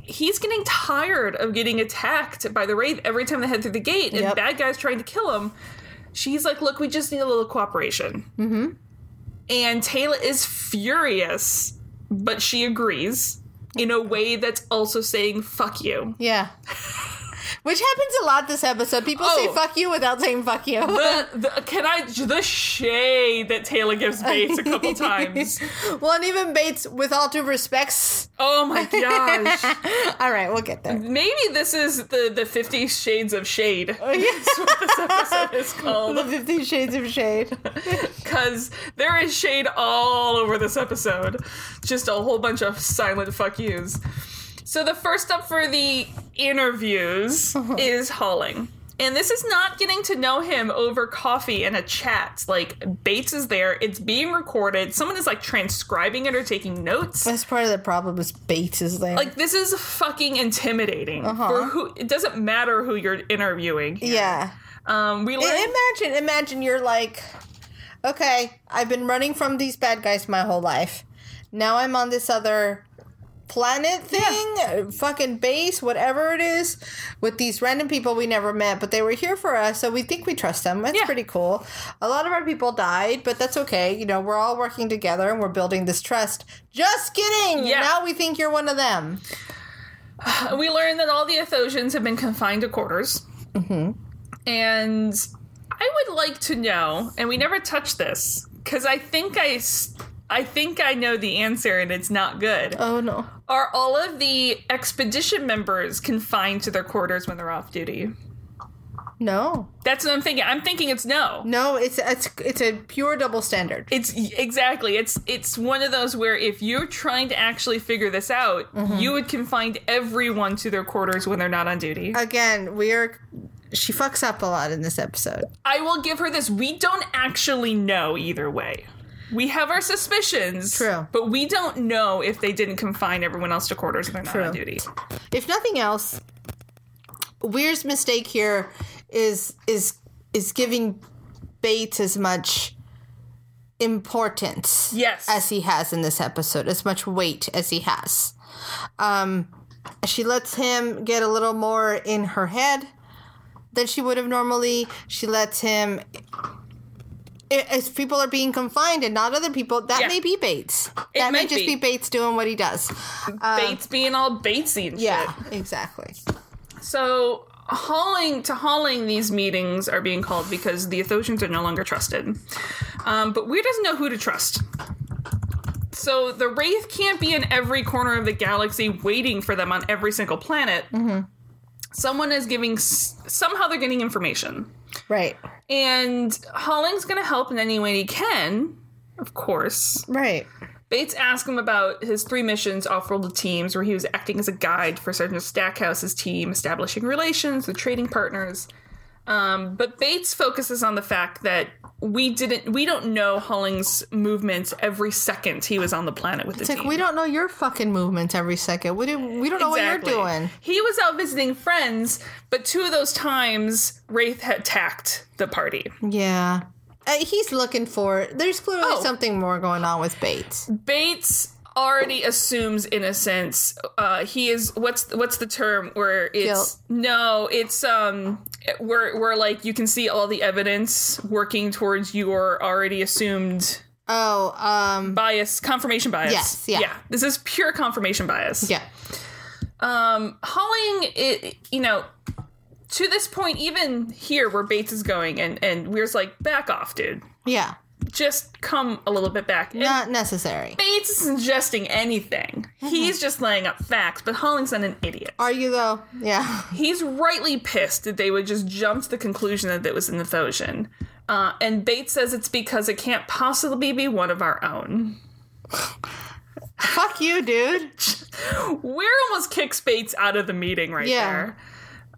Speaker 1: He's getting tired of getting attacked by the wraith every time they head through the gate, and
Speaker 2: Yep.
Speaker 1: bad guys trying to kill him. She's like, look, we just need a little cooperation. Mm-hmm. And Taylor is furious, but she agrees in a way that's also saying "fuck you."
Speaker 2: Yeah. Which happens a lot this episode. People say
Speaker 1: Oh.
Speaker 2: fuck you without saying fuck you.
Speaker 1: the, the can I the shade that Taylor gives Bates a couple times.
Speaker 2: well, and even Bates, with all due respects,
Speaker 1: Oh my gosh!
Speaker 2: all right, we'll get there.
Speaker 1: Maybe this is the the Fifty Shades of Shade. That's what this episode is
Speaker 2: The
Speaker 1: called
Speaker 2: Fifty Shades of Shade.
Speaker 1: because there is shade all over this episode. Just a whole bunch of silent fuck yous. So the first up for the interviews is Hauling. And this is not getting to know him over coffee and a chat. Like Bates is there, it's being recorded. Someone is like transcribing it or taking notes.
Speaker 2: That's part of the problem is Bates is there.
Speaker 1: Like this is fucking intimidating. For who it doesn't matter who you're interviewing. here.
Speaker 2: yeah.
Speaker 1: Um we learn
Speaker 2: I- imagine imagine you're like okay i've been running from these bad guys my whole life now i'm on this other planet thing, uh, fucking base, whatever it is, with these random people we never met, but they were here for us, so we think we trust them. That's
Speaker 1: Yeah.
Speaker 2: pretty cool. A lot of our people died, but that's okay. You know, we're all working together and we're building this trust. Just kidding.
Speaker 1: Yeah.
Speaker 2: Now we think you're one of them.
Speaker 1: We learned that all the Athosians have been confined to quarters. And I would like to know, and we never touched this because I think I, s- I think I know the answer, and it's not good.
Speaker 2: Oh no.
Speaker 1: Are all of the expedition members confined to their quarters when they're off duty?
Speaker 2: No.
Speaker 1: That's what I'm thinking. I'm thinking it's no.
Speaker 2: No, it's it's it's a pure double standard.
Speaker 1: It's exactly. It's it's one of those where if you're trying to actually figure this out, you would confine everyone to their quarters when they're not on duty.
Speaker 2: Again, we are she fucks up a lot in this episode.
Speaker 1: I will give her this. We don't actually know either way. We have our suspicions.
Speaker 2: True.
Speaker 1: But we don't know if they didn't confine everyone else to quarters when they're not on
Speaker 2: True.
Speaker 1: duty.
Speaker 2: If nothing else, Weir's mistake here is is is giving Bates as much importance
Speaker 1: Yes.
Speaker 2: as he has in this episode, as much weight as he has. Um, she lets him get a little more in her head than she would have normally. She lets him. i- If people are being confined and not other people, that
Speaker 1: Yeah.
Speaker 2: may be Bates. that may
Speaker 1: might
Speaker 2: just
Speaker 1: be.
Speaker 2: be. Bates doing what he does.
Speaker 1: Bates being all Batesy and
Speaker 2: Um, Yeah,
Speaker 1: shit.
Speaker 2: exactly.
Speaker 1: So hauling to hauling these meetings are being called because the Athosians are no longer trusted. Um, but Weir doesn't know who to trust. So the Wraith can't be in every corner of the galaxy waiting for them on every single planet.
Speaker 2: Mm-hmm.
Speaker 1: Someone is giving s- somehow they're getting information.
Speaker 2: Right,
Speaker 1: And Holling's going to help in any way he can, of course.
Speaker 2: right.
Speaker 1: Bates asked him about his three missions off-world to teams, where he was acting as a guide for Sergeant Stackhouse's team, establishing relations with trading partners. Um, but Bates focuses on the fact that we didn't, we don't know Holling's movements every second he was on the planet with the
Speaker 2: It's like
Speaker 1: team.
Speaker 2: we don't know your fucking movements every second. We do, we don't know what you're doing.
Speaker 1: He was out visiting friends, but two of those times Wraith had attacked the party.
Speaker 2: Yeah. Uh, he's looking for. There's clearly
Speaker 1: Oh.
Speaker 2: something more going on with Bates.
Speaker 1: Bates already assumes innocence. Uh, he is what's what's the term where it's
Speaker 2: Guilt.
Speaker 1: no, it's um where where like you can see all the evidence working towards your already assumed
Speaker 2: Oh, um,
Speaker 1: bias, confirmation bias.
Speaker 2: Yes, yeah.
Speaker 1: yeah. This is pure confirmation bias.
Speaker 2: yeah,
Speaker 1: Um, Holling, it, you know, to this point, even here where Bates is going, and and Weir's like, back off, dude.
Speaker 2: yeah,
Speaker 1: Just come a little bit back. And
Speaker 2: not necessary.
Speaker 1: Bates isn't suggesting anything. He's just laying up facts, but Holling's not an idiot.
Speaker 2: Are you though? Yeah,
Speaker 1: He's rightly pissed that they would just jump to the conclusion that it was an Athosian. Uh, and Bates says it's because it can't possibly be one of our own.
Speaker 2: fuck you, dude.
Speaker 1: Weir almost kicks Bates out of the meeting right
Speaker 2: Yeah.
Speaker 1: there.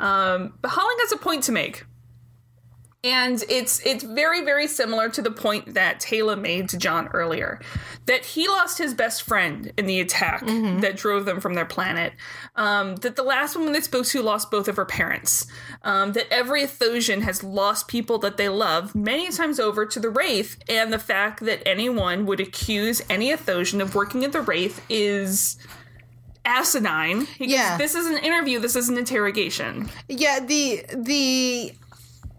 Speaker 1: Um, but Holling has a point to make. And it's it's very, very similar to the point that Taylor made to John earlier. That he lost his best friend in the attack that drove them from their planet. Um, that the last woman they spoke to lost both of her parents. Um, that every Athosian has lost people that they love many times over to the Wraith, and the fact that anyone would accuse any Athosian of working at the Wraith is asinine. Because
Speaker 2: Yeah.
Speaker 1: This is an interview, this is an interrogation.
Speaker 2: Yeah, the the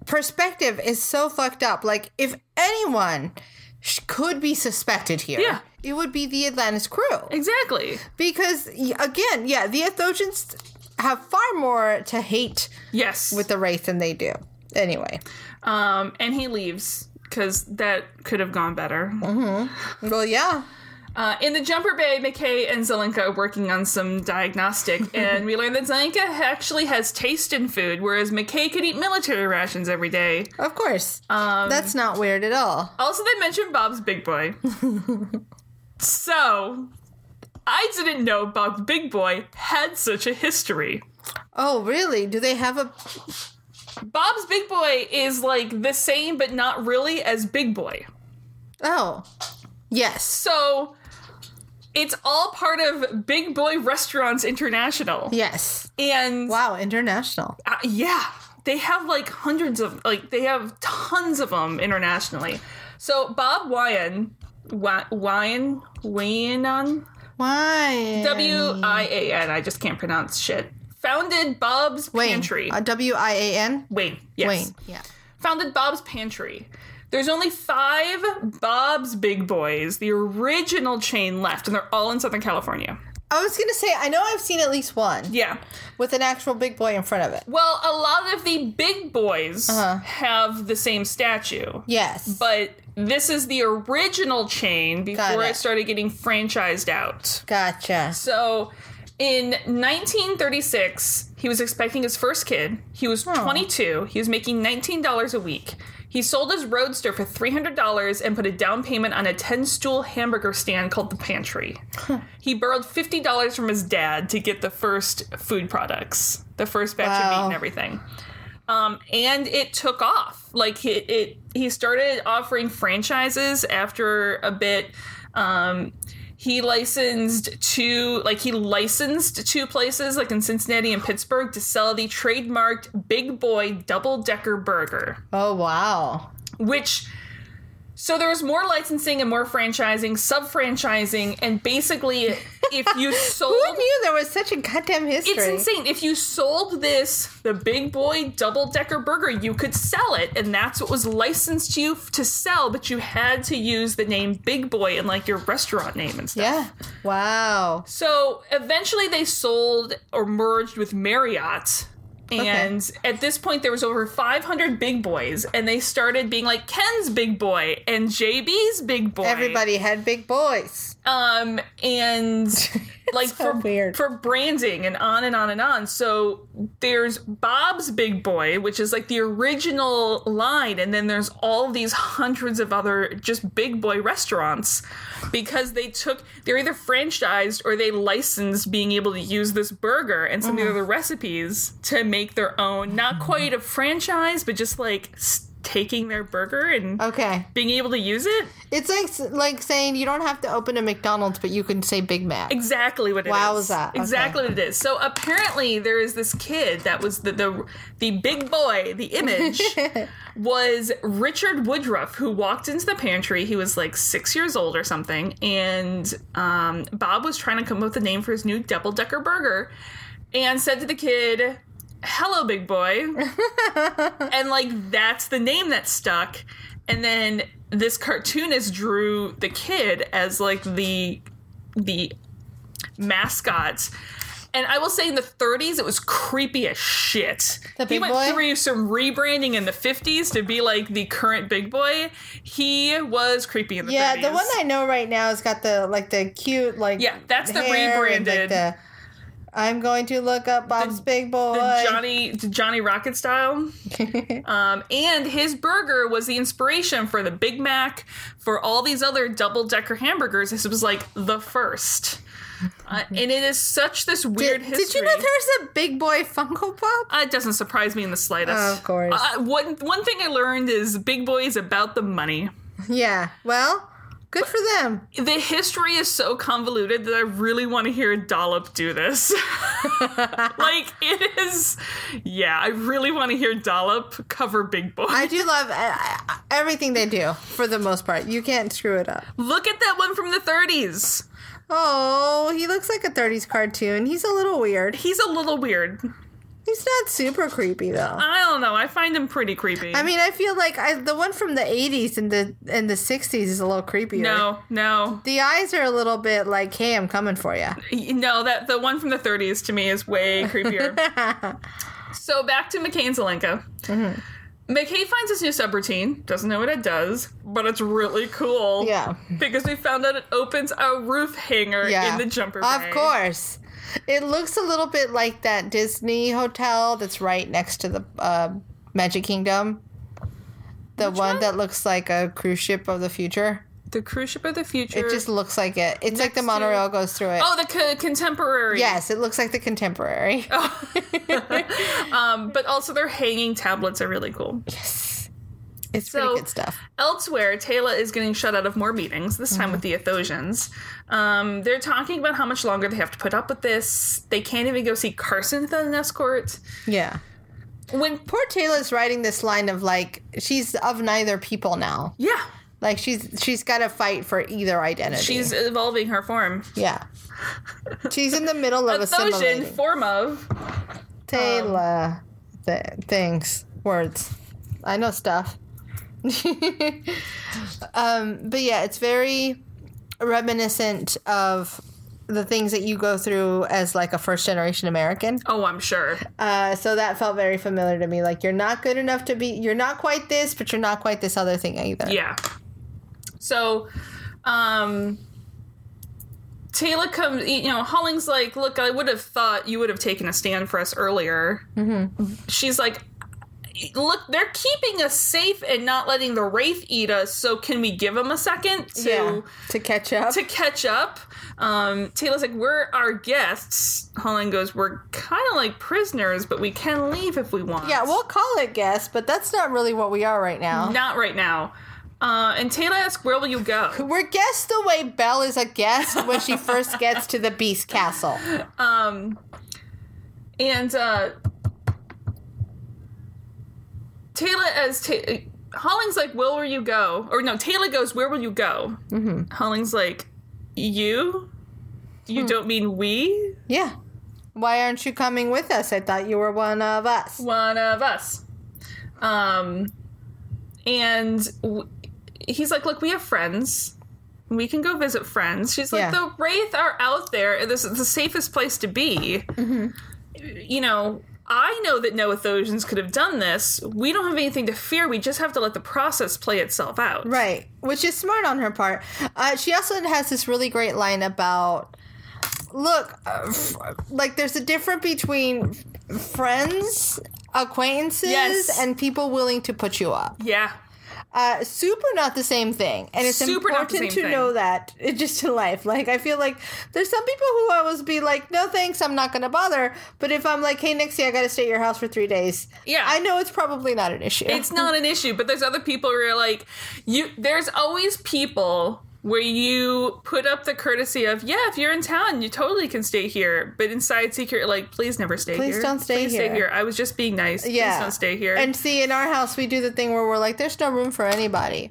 Speaker 2: perspective is so fucked up. Like, if anyone sh- could be suspected here,
Speaker 1: Yeah.
Speaker 2: it would be the Atlantis crew.
Speaker 1: Exactly.
Speaker 2: Because y- again, yeah, the Athosians have far more to hate
Speaker 1: Yes.
Speaker 2: with the Wraith than they do. Anyway,
Speaker 1: um, and he leaves because that could have gone better.
Speaker 2: well, yeah,
Speaker 1: Uh, in the jumper bay, McKay and Zelenka are working on some diagnostic, and we learn that Zelenka actually has taste in food, whereas McKay could eat military rations every day.
Speaker 2: of course,
Speaker 1: Um,
Speaker 2: that's not weird at all.
Speaker 1: Also, they mentioned Bob's Big Boy. so, I didn't know Bob's Big Boy had such a history.
Speaker 2: Oh, really? Do they have a?
Speaker 1: Bob's Big Boy is like the same, but not really, as Big Boy.
Speaker 2: Oh, yes,
Speaker 1: So it's all part of Big Boy Restaurants International.
Speaker 2: yes.
Speaker 1: And
Speaker 2: Wow, international.
Speaker 1: uh, yeah, they have like hundreds of, like, they have tons of them internationally. So Bob Wyan, Wy- Wyan, Wyanon,
Speaker 2: Why?
Speaker 1: W uh, I A N. I just can't pronounce shit. Founded Bob's
Speaker 2: Wayne.
Speaker 1: Pantry.
Speaker 2: Uh, W I A N.
Speaker 1: Wayne. Yes.
Speaker 2: Wayne. Yeah.
Speaker 1: Founded Bob's Pantry. There's only five Bob's Big Boys, the original chain left, and they're all in Southern California.
Speaker 2: I was gonna say I know I've seen at least one
Speaker 1: Yeah.
Speaker 2: with an actual big boy in front of it.
Speaker 1: Well, a lot of the big boys
Speaker 2: Uh-huh.
Speaker 1: have the same statue.
Speaker 2: Yes.
Speaker 1: But this is the original chain
Speaker 2: Got
Speaker 1: before
Speaker 2: it.
Speaker 1: it started getting franchised out.
Speaker 2: gotcha.
Speaker 1: So in 1936, he was expecting his first kid. He was 22. He was making $19 a week. He sold his roadster for $300 and put a down payment on a 10 stool hamburger stand called The Pantry. he borrowed $50 from his dad to get the first food products, the first batch of meat
Speaker 2: Wow.
Speaker 1: and everything. Um, and it took off. Like it, it, he started offering franchises after a bit. Um, he licensed two, like he licensed two places, like in Cincinnati and Pittsburgh, to sell the trademarked Big Boy Double Decker Burger,
Speaker 2: Oh wow.
Speaker 1: which. So there was more licensing and more franchising, sub franchising, and basically, if you sold
Speaker 2: Who knew there was such a goddamn history?
Speaker 1: it's insane. If you sold this, the big boy double decker burger, you could sell it, and that's what was licensed to you f- to sell, but you had to use the name Big Boy in like your restaurant name and stuff.
Speaker 2: Yeah. Wow.
Speaker 1: So eventually they sold or merged with Marriott. And at this point, there was over 500 big boys, and they started being like Ken's big boy and JB's big boy.
Speaker 2: Everybody had big boys.
Speaker 1: um and like
Speaker 2: so
Speaker 1: for
Speaker 2: weird.
Speaker 1: for branding and on and on and on so there's bob's big boy which is like the original line and then there's all these hundreds of other just big boy restaurants because they took they're either franchised or they licensed being able to use this burger and
Speaker 2: Oh.
Speaker 1: some of the other recipes to make their own not
Speaker 2: Mm-hmm.
Speaker 1: quite a franchise but just like s- taking their burger and
Speaker 2: Okay.
Speaker 1: being able to use it
Speaker 2: It's like like saying you don't have to open a McDonald's, but you can say Big Mac.
Speaker 1: Exactly what it is.
Speaker 2: Wow, is that? Okay.
Speaker 1: Exactly what it is. So apparently, there is this kid that was the the, the big boy. The image was Richard Woodruff, who walked into the pantry. He was like six years old or something, and um, Bob was trying to come up with a name for his new double decker burger, and said to the kid, "Hello, big boy," and like that's the name that stuck. And then this cartoonist drew the kid as like the the mascots. And I will say in the 30s, it was creepy as shit.
Speaker 2: The
Speaker 1: he
Speaker 2: big
Speaker 1: went
Speaker 2: boy?
Speaker 1: through some rebranding in the 50s to be like the current big boy. He was creepy in the
Speaker 2: Yeah,
Speaker 1: 30s.
Speaker 2: the one I know right now has got the like the cute like
Speaker 1: Yeah, that's the
Speaker 2: hair and,
Speaker 1: rebranded.
Speaker 2: the, I'm going to look up Bob's Big Boy.
Speaker 1: the Johnny the Johnny Rocket style. um, and his burger was the inspiration for the Big Mac, for all these other double decker hamburgers. This was like the first. Uh, and it is such this weird
Speaker 2: did,
Speaker 1: history.
Speaker 2: did you know there's a Big Boy Funko Pop?
Speaker 1: Uh, It doesn't surprise me in the slightest.
Speaker 2: Of course.
Speaker 1: Uh, one one thing I learned is Big Boy is about the money.
Speaker 2: Yeah. Well, good for them.
Speaker 1: The history is so convoluted that I really want to hear Dollop do this. like it is, yeah. I really want to hear Dollop cover Big Boy.
Speaker 2: I do love uh, uh, everything they do for the most part. You can't screw it up.
Speaker 1: Look at that one from the 30s.
Speaker 2: Oh, he looks like a 30s cartoon. He's a little weird.
Speaker 1: He's a little weird.
Speaker 2: He's not super creepy though.
Speaker 1: I don't know. I find him pretty creepy.
Speaker 2: I mean, I feel like I, the one from the 80s and the and the 60s is a little creepier.
Speaker 1: no, no,
Speaker 2: The eyes are a little bit like, "Hey, I'm coming for you."
Speaker 1: no. That the one from the 30s to me is way creepier. So back to McCain Zelenka.
Speaker 2: Mm-hmm.
Speaker 1: McKay finds this new subroutine, doesn't know what it does, but it's really cool.
Speaker 2: Yeah.
Speaker 1: Because we found out it opens a roof hanger in the jumper
Speaker 2: Of
Speaker 1: bay.
Speaker 2: course. It looks a little bit like that Disney hotel that's right next to the uh, Magic Kingdom. The one,
Speaker 1: one?
Speaker 2: that looks like a cruise ship of the future.
Speaker 1: The cruise ship of the future.
Speaker 2: It just looks like it. It's like the
Speaker 1: to-
Speaker 2: monorail goes through it.
Speaker 1: oh, the co- contemporary. Oh.
Speaker 2: Yes, it looks like the contemporary.
Speaker 1: Um, but also their hanging tablets are really cool.
Speaker 2: It's
Speaker 1: so-
Speaker 2: pretty good stuff.
Speaker 1: Elsewhere, Taylor is getting shut out of more meetings, this time with the
Speaker 2: Mm-hmm.
Speaker 1: Athosians. Um, they're talking about how much longer they have to put up with this. They can't even go see Carson without an escort.
Speaker 2: Yeah.
Speaker 1: When,
Speaker 2: Poor Taylor's writing this line of like she's of neither people now.
Speaker 1: yeah,
Speaker 2: Like she's she's got to fight for either identity.
Speaker 1: She's evolving her form.
Speaker 2: yeah. She's in the middle of
Speaker 1: Athosian,
Speaker 2: assimilating.
Speaker 1: form of.
Speaker 2: Taylor, th- things, words. I know stuff. um, but yeah, it's very reminiscent of the things that you go through as like a first generation American.
Speaker 1: Oh, I'm sure.
Speaker 2: Uh, so that felt very familiar to me. Like you're not good enough to be, you're not quite this, but you're not quite this other thing either.
Speaker 1: Yeah. So, um, Taylor comes, you know, Holling's like, look, I would have thought you would have taken a stand for us earlier.
Speaker 2: Mm-hmm.
Speaker 1: She's like, look, they're keeping us safe and not letting the Wraith eat us, so can we give them a second to,
Speaker 2: Yeah, to catch up.
Speaker 1: to catch up? Um, Taylor's like, we're our guests. Holling goes, we're kind of like prisoners, but we can leave if we want.
Speaker 2: yeah, we'll call it guess, but that's not really what we are right now.
Speaker 1: Not right now. Uh, and Taylor asks, where will you go?
Speaker 2: We're guests the way Belle is a guest when she first gets to the Beast Castle.
Speaker 1: Um, And uh, Taylor as ta- Holling's like, "Where will you go?" Or no, Taylor goes, "Where will you go?" Mm-hmm. Holling's like, "You? You don't mean we?
Speaker 2: Yeah. Why aren't you coming with us? I thought you were one of us.
Speaker 1: One of us." Um, and w- he's like, "Look, we have friends." We can go visit friends. She's like,
Speaker 2: Yeah.
Speaker 1: the Wraith are out there, and this is the safest place to be.
Speaker 2: Mm-hmm.
Speaker 1: you know, I know that no Ethosians could have done this. We don't have anything to fear. We just have to let the process play itself out.
Speaker 2: Right, which is smart on her part. Uh, she also has this really great line about look, uh, f- like there's a difference between f- friends, acquaintances,
Speaker 1: Yes.
Speaker 2: and people willing to put you up.
Speaker 1: Yeah.
Speaker 2: Uh, super not the same thing, and it's
Speaker 1: Super not the
Speaker 2: important to
Speaker 1: same thing.
Speaker 2: know that uh, just in life. Like I feel like there's some people who always be like, "No thanks, I'm not gonna bother." But if I'm like, "Hey, Nixie, I gotta stay at your house for three days,"
Speaker 1: Yeah.
Speaker 2: I know it's probably not an issue.
Speaker 1: It's not an issue, but there's other people where you're like, you. There's always people where you put up the courtesy of, yeah, if you're in town, you totally can stay here. But inside, secret, like, please never stay here.
Speaker 2: Please don't stay
Speaker 1: Please
Speaker 2: here."
Speaker 1: stay here. I was just being nice. Please don't stay here.
Speaker 2: And see, in our house, we do the thing where we're like, there's no room for anybody.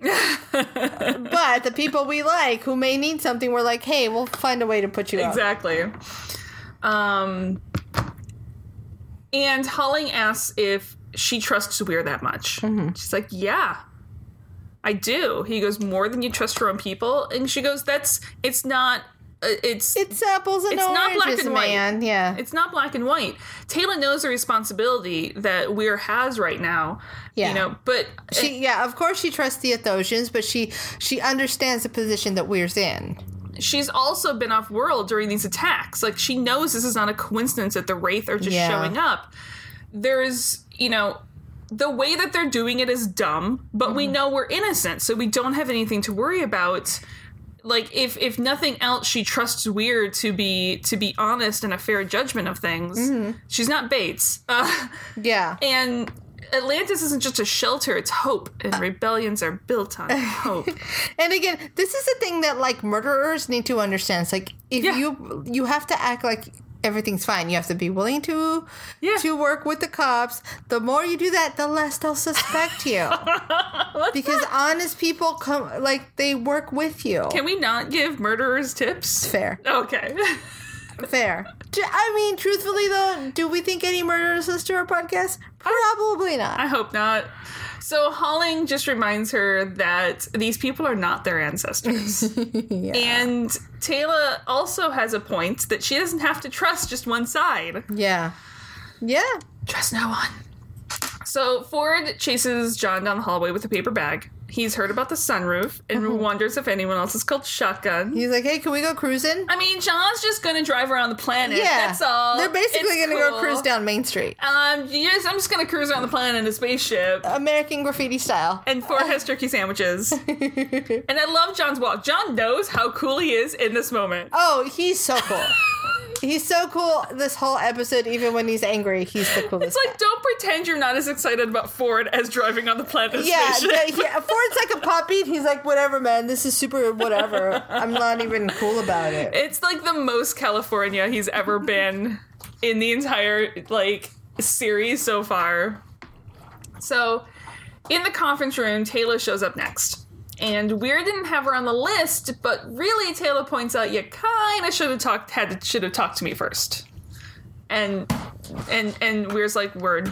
Speaker 2: but the people we like who may need something, we're like, hey, we'll find a way to put you up.
Speaker 1: Exactly. Um, and Holling asks if she trusts Weir that much.
Speaker 2: Mm-hmm.
Speaker 1: She's like, yeah. I do. He goes more than you trust your own people, and she goes, "That's it's not. uh, It's
Speaker 2: It's apples and
Speaker 1: It's not
Speaker 2: oranges,
Speaker 1: black and white.
Speaker 2: man. Yeah.
Speaker 1: it's not black and white." Taylor knows the responsibility that Weir has right now.
Speaker 2: Yeah.
Speaker 1: You know, but
Speaker 2: she, yeah, of course she trusts the Athosians, but she she understands the position that we're in.
Speaker 1: she's also been off world during these attacks. Like she knows this is not a coincidence that the Wraith are just
Speaker 2: Yeah.
Speaker 1: showing up. There's, you know, the way that they're doing it is dumb, but we
Speaker 2: Mm-hmm.
Speaker 1: know we're innocent, so we don't have anything to worry about. Like if if nothing else, she trusts Weir to be to be honest and a fair judgment of things.
Speaker 2: Mm-hmm.
Speaker 1: She's not Bates, uh,
Speaker 2: Yeah.
Speaker 1: and Atlantis isn't just a shelter; it's hope, and rebellions are built on hope.
Speaker 2: And again, this is the thing that like murderers need to understand. It's like if
Speaker 1: Yeah.
Speaker 2: you you have to act like everything's fine. You have to be willing to
Speaker 1: Yeah.
Speaker 2: to work with the cops. The more you do that, the less they'll suspect you. because honest people come like they work with you.
Speaker 1: Can we not give murderers tips?
Speaker 2: fair.
Speaker 1: Okay.
Speaker 2: Fair. Ju- I mean, truthfully though, do we think any murderers listen to our podcast? Probably
Speaker 1: I
Speaker 2: not.
Speaker 1: hope not. So Holling just reminds her that these people are not their ancestors. And Taylor also has a point that she doesn't have to trust just one side.
Speaker 2: Yeah. Yeah.
Speaker 1: Trust no one. So Ford chases John down the hallway with a paper bag. He's heard about the sunroof and wonders if anyone else is called Shotgun.
Speaker 2: He's like, "Hey, can we go cruising?"
Speaker 1: I mean, John's just going to drive around the planet.
Speaker 2: yeah.
Speaker 1: That's all.
Speaker 2: They're basically
Speaker 1: It's
Speaker 2: going to
Speaker 1: cool.
Speaker 2: go cruise down Main Street.
Speaker 1: Um, yes, I'm just going to cruise around the planet in a spaceship.
Speaker 2: American graffiti style.
Speaker 1: and four has turkey sandwiches. and I love John's walk. John knows how cool he is in this moment.
Speaker 2: Oh, he's so cool. he's so cool this whole episode, even when he's angry, he's the coolest.
Speaker 1: It's like don't pretend you're not as excited about Ford as driving on the planet
Speaker 2: yeah,
Speaker 1: station.
Speaker 2: the- yeah, Ford's like a puppy, and he's like, whatever, man, this is super whatever. I'm not even cool about it.
Speaker 1: it's like the most California he's ever been in the entire like series so far. So, in the conference room, Taylor shows up next. And Weir didn't have her on the list, but really Taylor points out you kind of should have talked had should have talked to me first. And and and Weir's like word,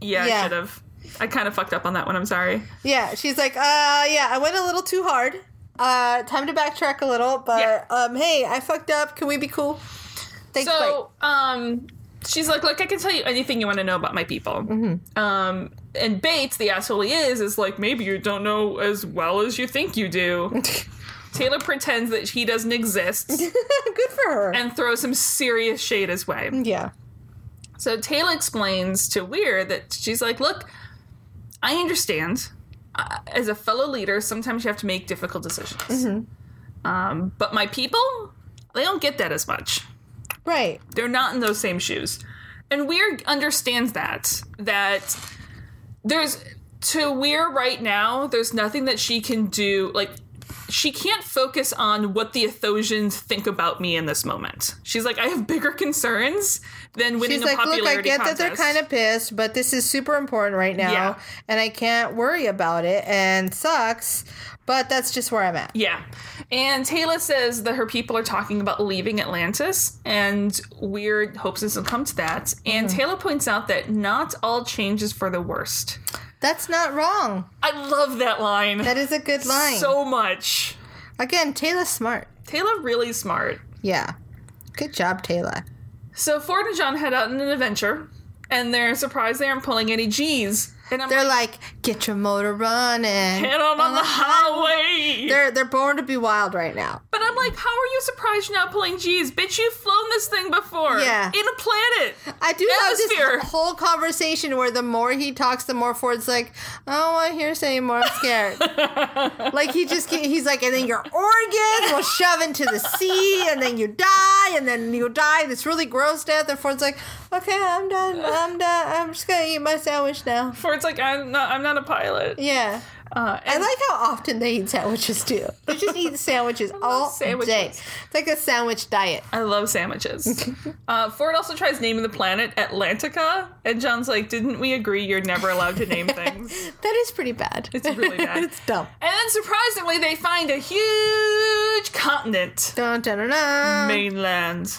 Speaker 1: yeah,
Speaker 2: Yeah.
Speaker 1: I should have. I kind of fucked up on that one. I'm sorry.
Speaker 2: Yeah, she's like, uh, yeah, I went a little too hard. Uh, time to backtrack a little, but
Speaker 1: Yeah.
Speaker 2: um, hey, I fucked up. Can we be cool? Thanks,
Speaker 1: So, um, she's like, look, I can tell you anything you want to know about my people. Um, and Bates, the asshole he is, is like, maybe you don't know as well as you think you do. Taylor pretends that he doesn't exist
Speaker 2: bye. Good for her.
Speaker 1: and throws some serious shade his way.
Speaker 2: yeah.
Speaker 1: So Taylor explains to Weir that she's like, look, I understand. Uh, as a fellow leader, sometimes you have to make difficult decisions. Um, but my people, they don't get that as much.
Speaker 2: Right.
Speaker 1: They're not in those same shoes. And Weir understands that. That there's to Weir right now, there's nothing that she can do like she can't focus on what the Athosians think about me in this moment. She's like, I have bigger concerns than winning
Speaker 2: She's
Speaker 1: a
Speaker 2: like,
Speaker 1: popularity
Speaker 2: look, I get
Speaker 1: contest.
Speaker 2: that they're kind of pissed, but this is super important right now,
Speaker 1: Yeah.
Speaker 2: and I can't worry about it, and sucks, but that's just where I'm at.
Speaker 1: Yeah. And Taylor says that her people are talking about leaving Atlantis, and Weird hopes this will come to that. And
Speaker 2: Mm-hmm.
Speaker 1: Taylor points out that not all change is for the worst.
Speaker 2: That's not wrong.
Speaker 1: I love that line.
Speaker 2: That is a good line.
Speaker 1: so much.
Speaker 2: Again, Taylor's smart.
Speaker 1: Taylor really smart.
Speaker 2: Yeah. Good job, Taylor.
Speaker 1: So Ford and John head out on an adventure, and they're surprised they aren't pulling any G's. And I'm
Speaker 2: They're
Speaker 1: like,
Speaker 2: like, get your motor running.
Speaker 1: head on, on the highway.
Speaker 2: Uh-huh. They're they're born to be wild right now.
Speaker 1: but I'm like, how are you surprised you're not pulling G's? Bitch, you've flown this thing before.
Speaker 2: Yeah.
Speaker 1: In a planet.
Speaker 2: I do love
Speaker 1: Atmosphere.
Speaker 2: this whole conversation where the more he talks, the more Ford's like, "I don't want to hear this anymore. I'm scared." like he just get, he's like, and then your organs will shove into the sea, and then you die, and then you die this really gross death. And Ford's like, "Okay, I'm done. I'm done. I'm just gonna eat my sandwich now."
Speaker 1: Ford's like, I'm not, I'm not a pilot.
Speaker 2: Yeah.
Speaker 1: Uh,
Speaker 2: I
Speaker 1: and
Speaker 2: like how often they eat sandwiches too. They just eat sandwiches all
Speaker 1: sandwiches.
Speaker 2: day. It's like a sandwich diet.
Speaker 1: I love sandwiches. uh, Ford also tries naming the planet Atlantica, and John's like, didn't we agree you're never allowed to name things?
Speaker 2: That is pretty bad.
Speaker 1: It's really bad.
Speaker 2: it's dumb.
Speaker 1: And then surprisingly, they find a huge continent
Speaker 2: Dun, dun, dun, dun.
Speaker 1: mainland.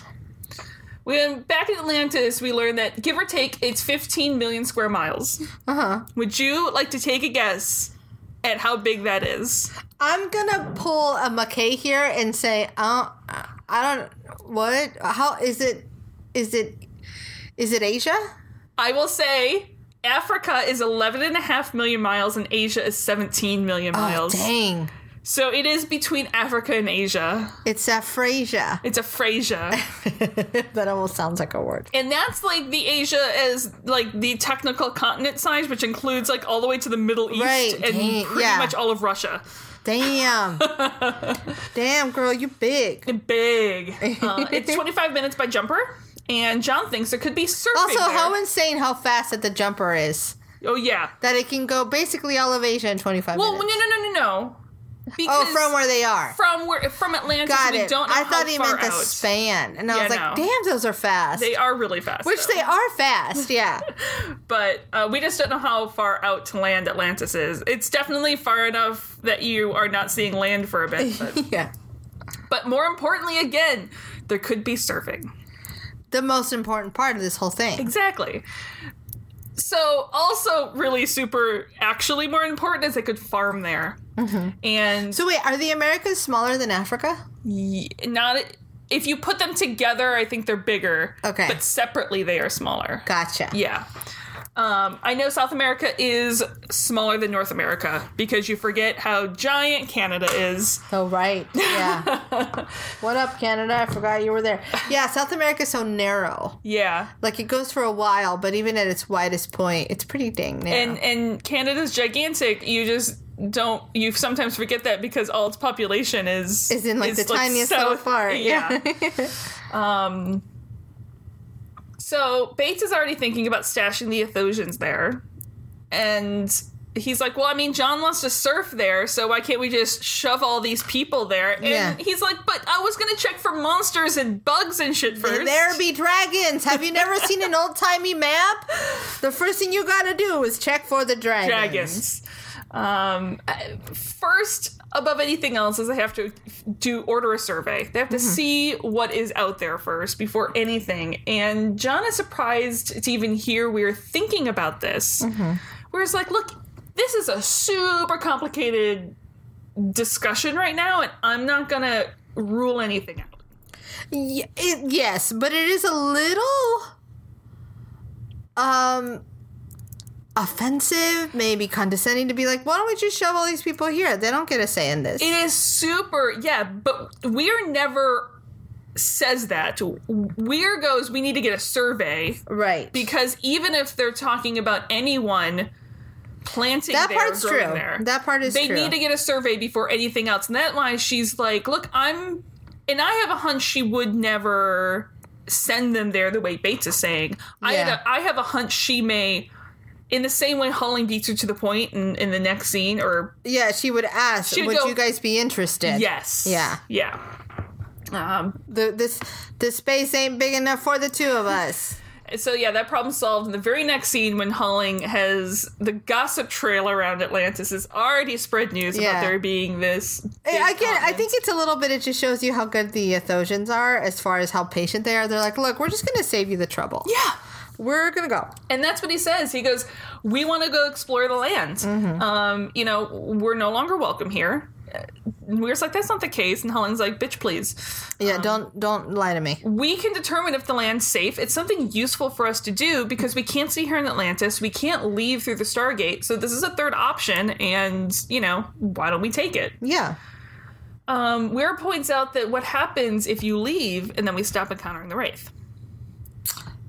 Speaker 1: When back in Atlantis, we learned that give or take, it's 15 million square miles.
Speaker 2: Uh huh.
Speaker 1: Would you like to take a guess at how big that is?
Speaker 2: I'm gonna pull a McKay here and say, I don't, I don't, what? How is it? Is it? Is it Asia?
Speaker 1: I will say Africa is 11 and a half million miles and Asia is 17 million miles.
Speaker 2: Dang,
Speaker 1: so it is between Africa and Asia.
Speaker 2: it's uh, Afrasia.
Speaker 1: It's Afrasia.
Speaker 2: that almost sounds like a word.
Speaker 1: and that's like the Asia as like the technical continent size, which includes like all the way to the Middle East
Speaker 2: Right,
Speaker 1: and
Speaker 2: dang,
Speaker 1: pretty
Speaker 2: yeah.
Speaker 1: much all of Russia.
Speaker 2: Damn, damn, girl, you big.
Speaker 1: Big. Uh, it's 25 minutes by jumper. And John thinks there could be surfing.
Speaker 2: Also,
Speaker 1: there.
Speaker 2: how insane how fast that the jumper is.
Speaker 1: Oh yeah.
Speaker 2: That it can go basically all of Asia in 25
Speaker 1: Well, no,
Speaker 2: minutes.
Speaker 1: no, no, no, no.
Speaker 2: Oh,
Speaker 1: Because
Speaker 2: from where they are.
Speaker 1: from where from Atlantis,
Speaker 2: Got
Speaker 1: we
Speaker 2: it.
Speaker 1: don't know
Speaker 2: I
Speaker 1: how
Speaker 2: thought he
Speaker 1: far
Speaker 2: meant the
Speaker 1: out.
Speaker 2: span, and I
Speaker 1: Yeah,
Speaker 2: was like,
Speaker 1: no.
Speaker 2: damn, those are fast.
Speaker 1: They are really fast.
Speaker 2: Which
Speaker 1: though.
Speaker 2: they are fast, yeah.
Speaker 1: but uh, we just don't know how far out to land Atlantis is. It's definitely far enough that you are not seeing land for a bit. But,
Speaker 2: yeah.
Speaker 1: but more importantly, again, there could be surfing.
Speaker 2: the most important part of this whole thing.
Speaker 1: Exactly. So, also really super, actually more important is they could farm there, and
Speaker 2: Mm-hmm. So wait, are the Americas smaller than Africa?
Speaker 1: y- not if you put them together, I think they're bigger.
Speaker 2: Okay.
Speaker 1: but separately they are smaller.
Speaker 2: Gotcha.
Speaker 1: Yeah. Um, I know South America is smaller than North America because you forget how giant Canada is.
Speaker 2: Oh right. Yeah. what up, Canada? I forgot you were there. Yeah, South America's so narrow.
Speaker 1: Yeah.
Speaker 2: Like it goes for a while, but even at its widest point, it's pretty dang narrow.
Speaker 1: And and Canada's gigantic. You just don't you sometimes forget that because all its population is
Speaker 2: is in like the tiniest little part.
Speaker 1: Yeah. um so Bates is already thinking about stashing the Athosians there. And he's like, well, I mean, John wants to surf there, so why can't we just shove all these people there? And
Speaker 2: Yeah.
Speaker 1: he's like, but I was gonna check for monsters and bugs and shit first.
Speaker 2: There be dragons. Have you never seen an old timey map? The first thing you gotta do is check for the dragons.
Speaker 1: dragons. Um, I- first, above anything else, is they have to do order a survey. They have to see what is out there first before anything. And John is surprised to even hear we're thinking about this. Whereas, like, look, this is a super complicated discussion right now, and I'm not gonna rule anything out.
Speaker 2: Y- it, yes, but it is a little um offensive, maybe condescending to be like, why don't we just shove all these people here? They don't get a say in this.
Speaker 1: It is super, yeah, but we're never says that. Weir goes, we need to get a survey.
Speaker 2: right.
Speaker 1: because even if they're talking about anyone planting
Speaker 2: that
Speaker 1: there,
Speaker 2: part's
Speaker 1: growing
Speaker 2: true.
Speaker 1: there,
Speaker 2: That part is
Speaker 1: they
Speaker 2: true.
Speaker 1: need to get a survey before anything else. And that's why she's like, "Look, I'm," and I have a hunch she would never send them there the way Bates is saying. I had
Speaker 2: Yeah.
Speaker 1: a, I have a hunch she may. In the same way, Holling beats her to the point in, in the next scene, or
Speaker 2: yeah, she would ask,
Speaker 1: She'd
Speaker 2: would
Speaker 1: go-
Speaker 2: you guys be interested?
Speaker 1: yes,
Speaker 2: Yeah.
Speaker 1: yeah. Um,
Speaker 2: The, this the space ain't big enough for the two of us.
Speaker 1: So yeah, that problem solved in the very next scene when Holling has the gossip trail around Atlantis has already spread news
Speaker 2: Yeah.
Speaker 1: about there being this.
Speaker 2: I-
Speaker 1: big
Speaker 2: I get. I
Speaker 1: continent.
Speaker 2: think it's a little bit. It just shows you how good the Ethosians are as far as how patient they are. They're like, look, we're just gonna save you the trouble.
Speaker 1: yeah,
Speaker 2: We're gonna go.
Speaker 1: and that's what he says. He goes, "We want to go explore the land.
Speaker 2: Mm-hmm.
Speaker 1: Um, you know, we're no longer welcome here." And Weir's like, "That's not the case," and Holling's like, "Bitch, please."
Speaker 2: Yeah,
Speaker 1: Um,
Speaker 2: don't don't lie to me.
Speaker 1: we can determine if the land's safe. It's something useful for us to do because we can't stay here in Atlantis. We can't leave through the Stargate. So this is a third option, and you know, why don't we take it?
Speaker 2: Yeah.
Speaker 1: Um, Weir points out that what happens if you leave and then we stop encountering the Wraith.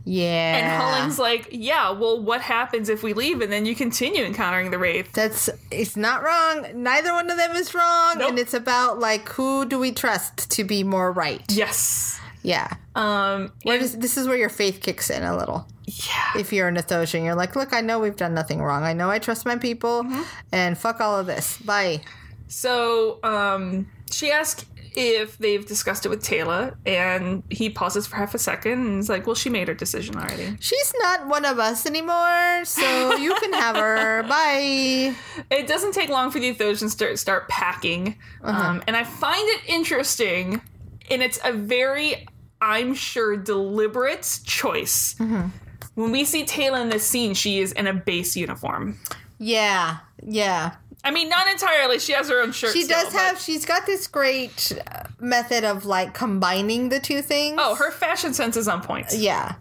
Speaker 2: Yeah.
Speaker 1: And Holling's like, yeah, well, what happens if we leave and then you continue encountering the Wraith?
Speaker 2: that's it's not wrong. Neither one of them is wrong,
Speaker 1: Nope.
Speaker 2: and it's about like who do we trust to be more right?
Speaker 1: Yes.
Speaker 2: Yeah,
Speaker 1: Um,
Speaker 2: where
Speaker 1: and-
Speaker 2: does, this is where your faith kicks in a little.
Speaker 1: yeah.
Speaker 2: If you're an Ethosian, you're like, look, I know we've done nothing wrong. I know I trust my people,
Speaker 1: Mm-hmm.
Speaker 2: and fuck all of this. Bye.
Speaker 1: So um, she asks if they've discussed it with Taylor, and he pauses for half a second and is like, well, she made her decision already.
Speaker 2: She's not one of us anymore, so you can have her. Bye.
Speaker 1: It doesn't take long for the Ethosians to start packing.
Speaker 2: Uh-huh.
Speaker 1: Um, and I find it interesting, and it's a very, I'm sure, deliberate choice.
Speaker 2: Mm-hmm.
Speaker 1: When we see Taylor in this scene, she is in a base uniform.
Speaker 2: Yeah, yeah.
Speaker 1: I mean, not entirely. She has her own shirt.
Speaker 2: She
Speaker 1: still,
Speaker 2: does
Speaker 1: but-
Speaker 2: have. She's got this great uh, method of like combining the two things.
Speaker 1: Oh, her fashion sense is on point.
Speaker 2: Yeah.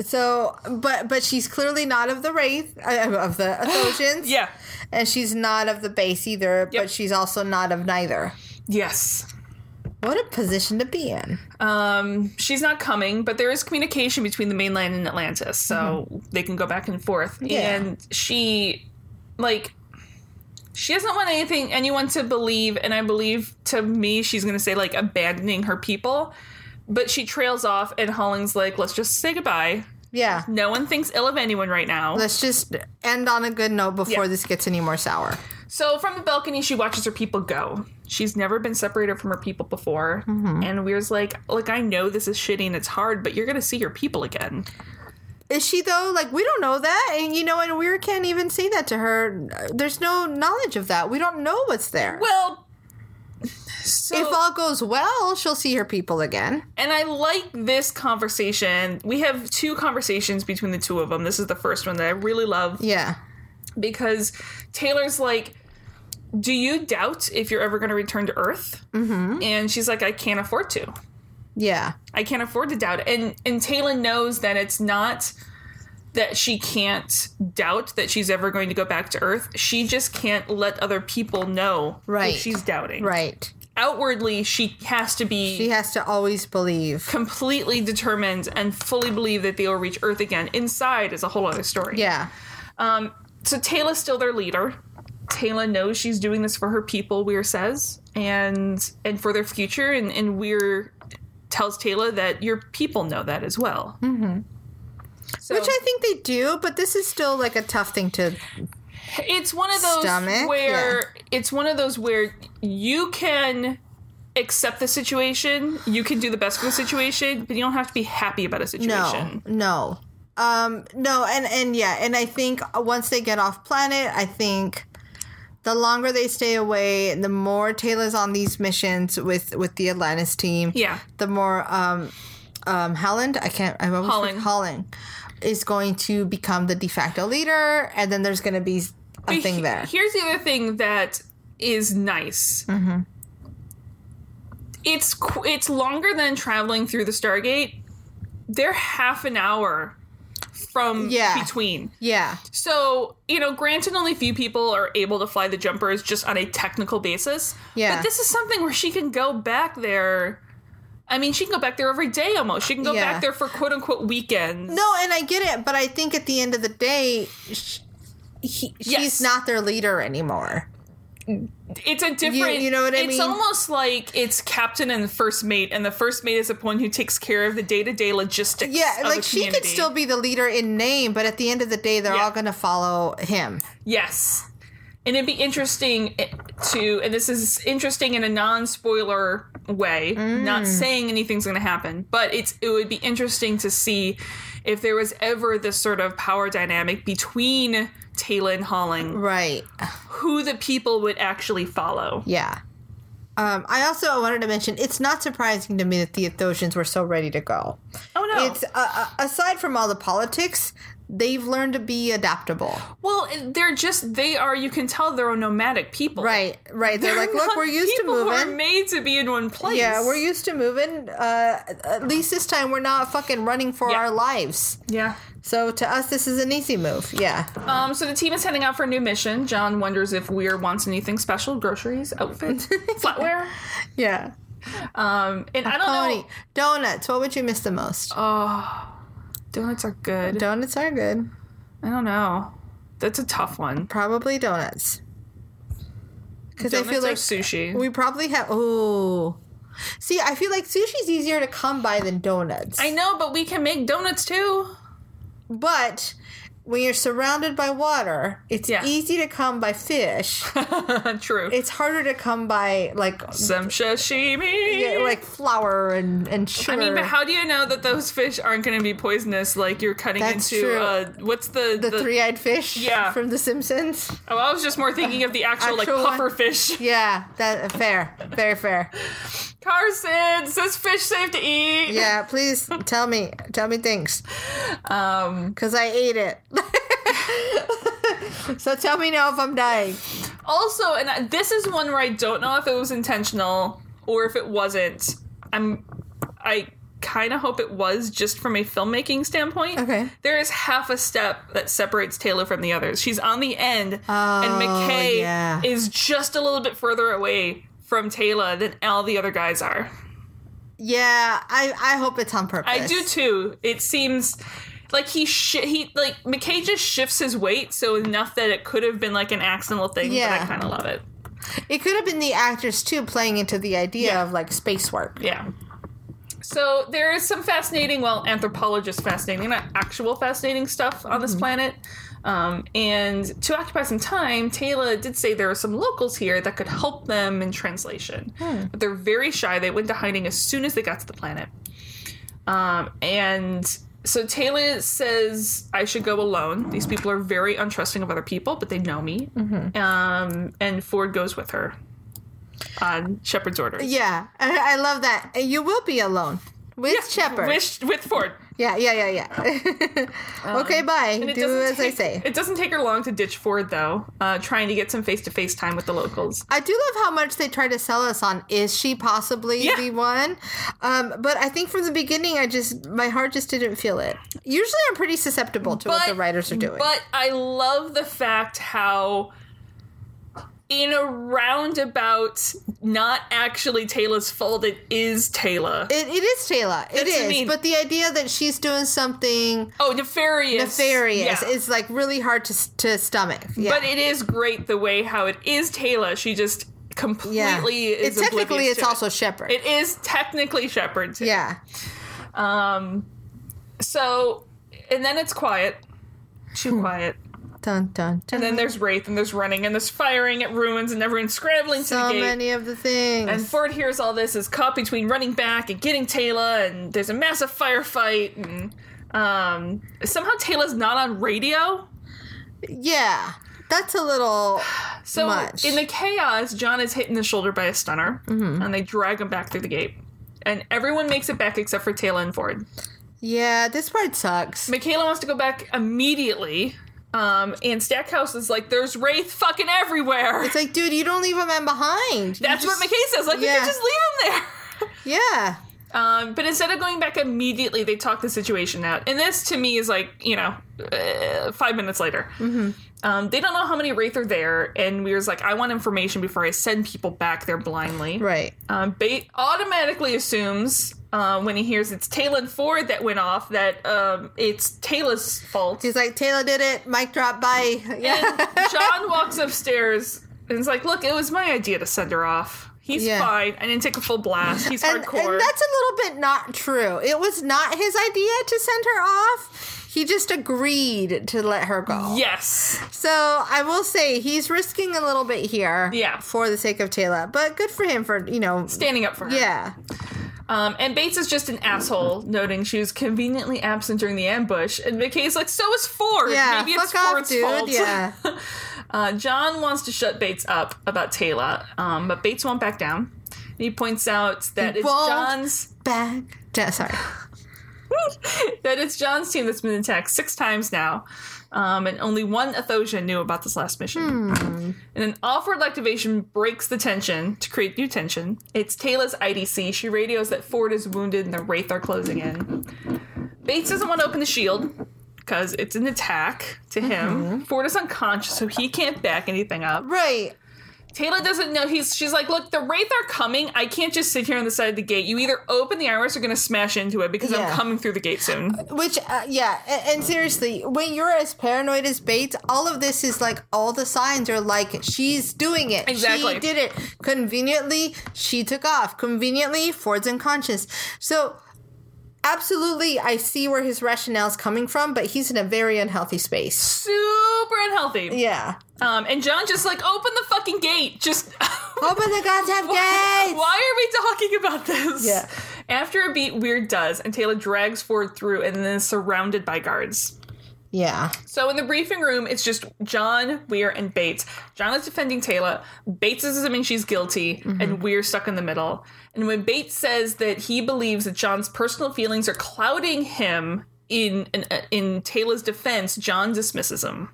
Speaker 2: So, but but she's clearly not of the wraith uh, of the Athosians.
Speaker 1: Yeah.
Speaker 2: and she's not of the base either.
Speaker 1: Yep.
Speaker 2: But she's also not of neither.
Speaker 1: Yes.
Speaker 2: What a position to be in.
Speaker 1: Um, she's not coming, but there is communication between the mainland and Atlantis, so they can go back and forth.
Speaker 2: Yeah.
Speaker 1: And she, like, she doesn't want anything anyone to believe, and I believe to me she's gonna say like abandoning her people. But she trails off, and Holling's like, "Let's just say goodbye.
Speaker 2: Yeah.
Speaker 1: No one thinks ill of anyone right now."
Speaker 2: Let's just end on a good note before
Speaker 1: Yeah.
Speaker 2: this gets any more sour.
Speaker 1: So from the balcony, she watches her people go. She's never been separated from her people before, and Weir's like, "Look, I know this is shitty and it's hard, but you're gonna see your people again."
Speaker 2: Is she though? Like we don't know that, and you know, and we can't even say that to her. There's no knowledge of that. We don't know what's there.
Speaker 1: Well, so
Speaker 2: if all goes well, she'll see her people again.
Speaker 1: and I like this conversation. We have two conversations between the two of them. This is the first one that I really love
Speaker 2: Yeah.
Speaker 1: because Taylor's like, "Do you doubt if you're ever going to return to Earth?" Mm-hmm. And she's like, "I can't afford to.
Speaker 2: Yeah.
Speaker 1: I can't afford to doubt." It. And and Taylor knows that it's not that she can't doubt that she's ever going to go back to Earth. She just can't let other people know
Speaker 2: Right.
Speaker 1: if she's doubting.
Speaker 2: Right.
Speaker 1: Outwardly, she has to be
Speaker 2: She has to always believe.
Speaker 1: completely determined and fully believe that they will reach Earth again. Inside is a whole other story.
Speaker 2: Yeah.
Speaker 1: Um, so Taylor's still their leader. Taylor knows she's doing this for her people, Weir says, and and for their future. And, and Weir tells Taylor that your people know that as well. Mm-hmm. So,
Speaker 2: Which I think they do, but this is still like a tough thing to
Speaker 1: It's one of those
Speaker 2: Stomach,
Speaker 1: where it's one of those where you can accept the situation, you can do the best for the situation, but you don't have to be happy about a
Speaker 2: No,
Speaker 1: situation.
Speaker 2: no, um, no, and and yeah, and I think uh, once they get off planet, I think the longer they stay away, the more Taylor's on these missions with with the Atlantis team.
Speaker 1: Yeah.
Speaker 2: the more um, um, Holland, I can't, I always
Speaker 1: Holland.
Speaker 2: forget- Holland is going to become the de facto leader, and then there's going to be a
Speaker 1: But
Speaker 2: thing
Speaker 1: he-
Speaker 2: there.
Speaker 1: Here's the other thing that is nice. Mm-hmm. It's qu- it's longer than traveling through the Stargate. They're half an hour from
Speaker 2: Yeah.
Speaker 1: between.
Speaker 2: Yeah,
Speaker 1: So, you know, granted, only few people are able to fly the jumpers just on a technical basis.
Speaker 2: Yeah.
Speaker 1: But this is something where she can go back there. I mean, she can go back there every day almost. She can go
Speaker 2: Yeah.
Speaker 1: back there for quote unquote weekends.
Speaker 2: no, and I get it, but I think at the end of the day. Sh he, she's
Speaker 1: Yes.
Speaker 2: not their leader anymore.
Speaker 1: It's a different.
Speaker 2: you know what I
Speaker 1: it's
Speaker 2: mean?
Speaker 1: almost like it's captain and first mate, and the first mate is the one who takes care of the day to day logistics.
Speaker 2: Yeah,
Speaker 1: of
Speaker 2: like
Speaker 1: the
Speaker 2: she could
Speaker 1: community.
Speaker 2: still be the leader in name, but at the end of the day, they're
Speaker 1: Yeah.
Speaker 2: all going to follow him.
Speaker 1: Yes. And it'd be interesting eh, to, and this is interesting in a non spoiler way,
Speaker 2: Mm.
Speaker 1: not saying anything's going to happen, but it's it would be interesting to see if there was ever this sort of power dynamic between Taylor and Holling,
Speaker 2: Right.
Speaker 1: who the people would actually follow.
Speaker 2: Yeah. Um, I also wanted to mention it's not surprising to me that the Ethosians were so ready to go.
Speaker 1: Oh, no.
Speaker 2: It's uh, uh, aside from all the politics, they've learned to be adaptable.
Speaker 1: well, eh, they're just, they are, you can tell they're a nomadic people.
Speaker 2: Right. Right. They're, like, look,
Speaker 1: not
Speaker 2: we're used to
Speaker 1: people who are
Speaker 2: moving.
Speaker 1: made to be in one place.
Speaker 2: yeah, we're used to moving. Uh, at least this time, we're not fucking running for
Speaker 1: Yeah.
Speaker 2: our lives.
Speaker 1: Yeah.
Speaker 2: So to us, this is an easy move. Yeah.
Speaker 1: Um, so the team is heading out for a new mission. John wonders if Weir wants anything special: groceries, outfit, flatware.
Speaker 2: Yeah.
Speaker 1: Um, and I don't
Speaker 2: Pony
Speaker 1: know.
Speaker 2: donuts. What would you miss the most?
Speaker 1: Oh. Donuts are good.
Speaker 2: Donuts are good.
Speaker 1: I don't know. That's a tough one.
Speaker 2: Probably donuts. Because I
Speaker 1: Donuts
Speaker 2: feel
Speaker 1: or
Speaker 2: like
Speaker 1: sushi.
Speaker 2: we probably have. Oh, see, I feel like sushi's easier to come by than donuts.
Speaker 1: I know, but we can make donuts too.
Speaker 2: but when you're surrounded by water, it's
Speaker 1: Yeah.
Speaker 2: easy to come by fish.
Speaker 1: True.
Speaker 2: it's harder to come by like
Speaker 1: Some sashimi.
Speaker 2: yeah, like flour and and sugar.
Speaker 1: I mean, but how do you know that those fish aren't going to be poisonous? Like you're cutting
Speaker 2: That's
Speaker 1: into
Speaker 2: true.
Speaker 1: uh, what's the
Speaker 2: the, three-eyed fish
Speaker 1: Yeah.
Speaker 2: from The Simpsons.
Speaker 1: Oh, I was just more thinking of the actual,
Speaker 2: Actual
Speaker 1: like
Speaker 2: one.
Speaker 1: puffer fish.
Speaker 2: Yeah, that fair, very fair.
Speaker 1: Carson, is this fish safe to eat?
Speaker 2: Yeah, please tell me, tell me things. Um, cause I ate it. so tell me now if I'm dying.
Speaker 1: Also, and I- this is one where I don't know if it was intentional or if it wasn't. I'm I kind of hope it was just from a filmmaking standpoint.
Speaker 2: Okay.
Speaker 1: There is half a step that separates Taylor from the others. She's on the end and McKay
Speaker 2: Oh, yeah.
Speaker 1: is just a little bit further away from Taylor than all the other guys are.
Speaker 2: Yeah, I I hope it's on purpose.
Speaker 1: I do too. It seems like he shi he like McKay just shifts his weight so enough that it could have been like an accidental thing, but
Speaker 2: Yeah.
Speaker 1: I kind of love it.
Speaker 2: It could have been the actors too playing into the idea
Speaker 1: Yeah.
Speaker 2: of like space work.
Speaker 1: Yeah. So there is some fascinating, well, anthropologist fascinating, not actual fascinating stuff on this planet. Um, and to occupy some time, Taylor did say there are some locals here that could help them in translation. But they're very shy. They went to hiding as soon as they got to the planet. Um, and so Taylor says, I should go alone. These people are very untrusting of other people, but they know me. Um, and Ford goes with her on Shepard's orders.
Speaker 2: Yeah, I, I love that. And You will be alone with Shepard.
Speaker 1: With, with Ford.
Speaker 2: yeah, yeah, yeah, yeah. okay, bye.
Speaker 1: And it
Speaker 2: Do
Speaker 1: doesn't
Speaker 2: as I
Speaker 1: take-
Speaker 2: say.
Speaker 1: It doesn't take her long to ditch Ford, though, uh, trying to get some face to face time with the locals.
Speaker 2: I do love how much they try to sell us on is she possibly
Speaker 1: Yeah.
Speaker 2: the one? Um, but I think from the beginning, I just my heart just didn't feel it. Usually, I'm pretty susceptible to what the writers are doing.
Speaker 1: But I love the fact how, in a roundabout, not actually Taylor's fault, it is Taylor.
Speaker 2: it, it is Taylor. It
Speaker 1: That's what I
Speaker 2: is.
Speaker 1: mean.
Speaker 2: But the idea that she's doing something
Speaker 1: oh, nefarious.
Speaker 2: nefarious
Speaker 1: Yeah.
Speaker 2: is like really hard to s- to stomach. Yeah.
Speaker 1: But it is great the way how it is Taylor. She just completely
Speaker 2: yeah.
Speaker 1: is
Speaker 2: it, technically,
Speaker 1: oblivious
Speaker 2: it's
Speaker 1: to
Speaker 2: also
Speaker 1: it.
Speaker 2: Shepard.
Speaker 1: It is technically Shepard too.
Speaker 2: yeah.
Speaker 1: Um, so, and then it's quiet, too quiet.
Speaker 2: Dun, dun, dun.
Speaker 1: And then there's Wraith, and there's running, and there's firing at ruins, and everyone's scrambling to
Speaker 2: so
Speaker 1: the gate.
Speaker 2: many of the things.
Speaker 1: And Ford hears all this is caught between running back and getting Taylor, and there's a massive firefight, and um, somehow Taylor's not on radio.
Speaker 2: yeah, that's a little.
Speaker 1: So
Speaker 2: Much. Mm-hmm.
Speaker 1: in the chaos, John is hit in the shoulder by a stunner, and they drag him back through the gate. And everyone makes it back except for Taylor and Ford.
Speaker 2: Yeah, this part sucks.
Speaker 1: Michaela wants to go back immediately, um, and Stackhouse is like, "There's Wraith fucking everywhere."
Speaker 2: It's like, dude, you don't leave a man behind. You
Speaker 1: That's
Speaker 2: just-
Speaker 1: what McKay says. Like, we
Speaker 2: Yeah.
Speaker 1: can just leave him there.
Speaker 2: Yeah.
Speaker 1: Um, but instead of going back immediately, they talk the situation out. And this, to me, is like, you know, uh, five minutes later.
Speaker 2: Mm-hmm.
Speaker 1: Um, they don't know how many Wraith are there, and Weir's like, I want information before I send people back there blindly.
Speaker 2: Right.
Speaker 1: Um, Bate automatically assumes, uh, when he hears it's Taylor and Ford that went off, that um, it's Taylor's fault.
Speaker 2: He's like, Taylor did it. Mic drop. Bye.
Speaker 1: And
Speaker 2: Yeah.
Speaker 1: John walks upstairs and is like, Look, it was my idea to send her off. He's
Speaker 2: Yeah.
Speaker 1: fine. I didn't take a full blast. He's
Speaker 2: And, and that's a
Speaker 1: hardcore.
Speaker 2: little bit not true. It was not his idea to send her off. He just agreed to let her go.
Speaker 1: yes.
Speaker 2: So I will say he's risking a little bit here.
Speaker 1: Yeah.
Speaker 2: For the sake of Taylor. But good for him for, you know.
Speaker 1: Standing up for her.
Speaker 2: yeah.
Speaker 1: Um, and Bates is just an asshole, noting she was conveniently absent during the ambush. And McKay's like, so is Ford.
Speaker 2: Yeah.
Speaker 1: Maybe it's
Speaker 2: Fuck off,
Speaker 1: Ford's
Speaker 2: dude.
Speaker 1: fault.
Speaker 2: Yeah.
Speaker 1: Uh, John wants to shut Bates up about Taylor, um, but Bates won't back down. And he points out that it's
Speaker 2: won't.
Speaker 1: John's
Speaker 2: Back. Yeah, sorry.
Speaker 1: that it's John's team that's been attacked six times now, um, and only one Athosian knew about this last mission. And an offered activation breaks the tension to create new tension. It's Taylor's IDC. She radios that Ford is wounded and the Wraith are closing in. Bates doesn't want to open the shield because it's an attack to him. Ford is unconscious, so he can't back anything up.
Speaker 2: Right.
Speaker 1: Taylor doesn't know. He's she's like, look, the wraith are coming. I can't just sit here on the side of the gate. You either open the iris or gonna smash into it because
Speaker 2: Yeah.
Speaker 1: I'm coming through the gate soon.
Speaker 2: Which, uh, yeah, and, and seriously, when you're as paranoid as Bates, all of this is like all the signs are like she's doing it.
Speaker 1: Exactly.
Speaker 2: She did it conveniently. She took off conveniently. Ford's unconscious. So, absolutely, I see where his rationale is coming from, but he's in a very unhealthy space.
Speaker 1: Super unhealthy.
Speaker 2: Yeah.
Speaker 1: Um, and John just like, open the fucking gate. Just
Speaker 2: Open the goddamn gates.
Speaker 1: Why are we talking about this?
Speaker 2: Yeah.
Speaker 1: After a beat, Weird does, and Taylor drags Ford through and then is surrounded by guards.
Speaker 2: Yeah.
Speaker 1: So in the briefing room, it's just John, Weir, and Bates. John is defending Taylor. Bates is assuming she's guilty, and Weir's stuck in the middle. And when Bates says that he believes that John's personal feelings are clouding him in in, in Taylor's defense, John dismisses him.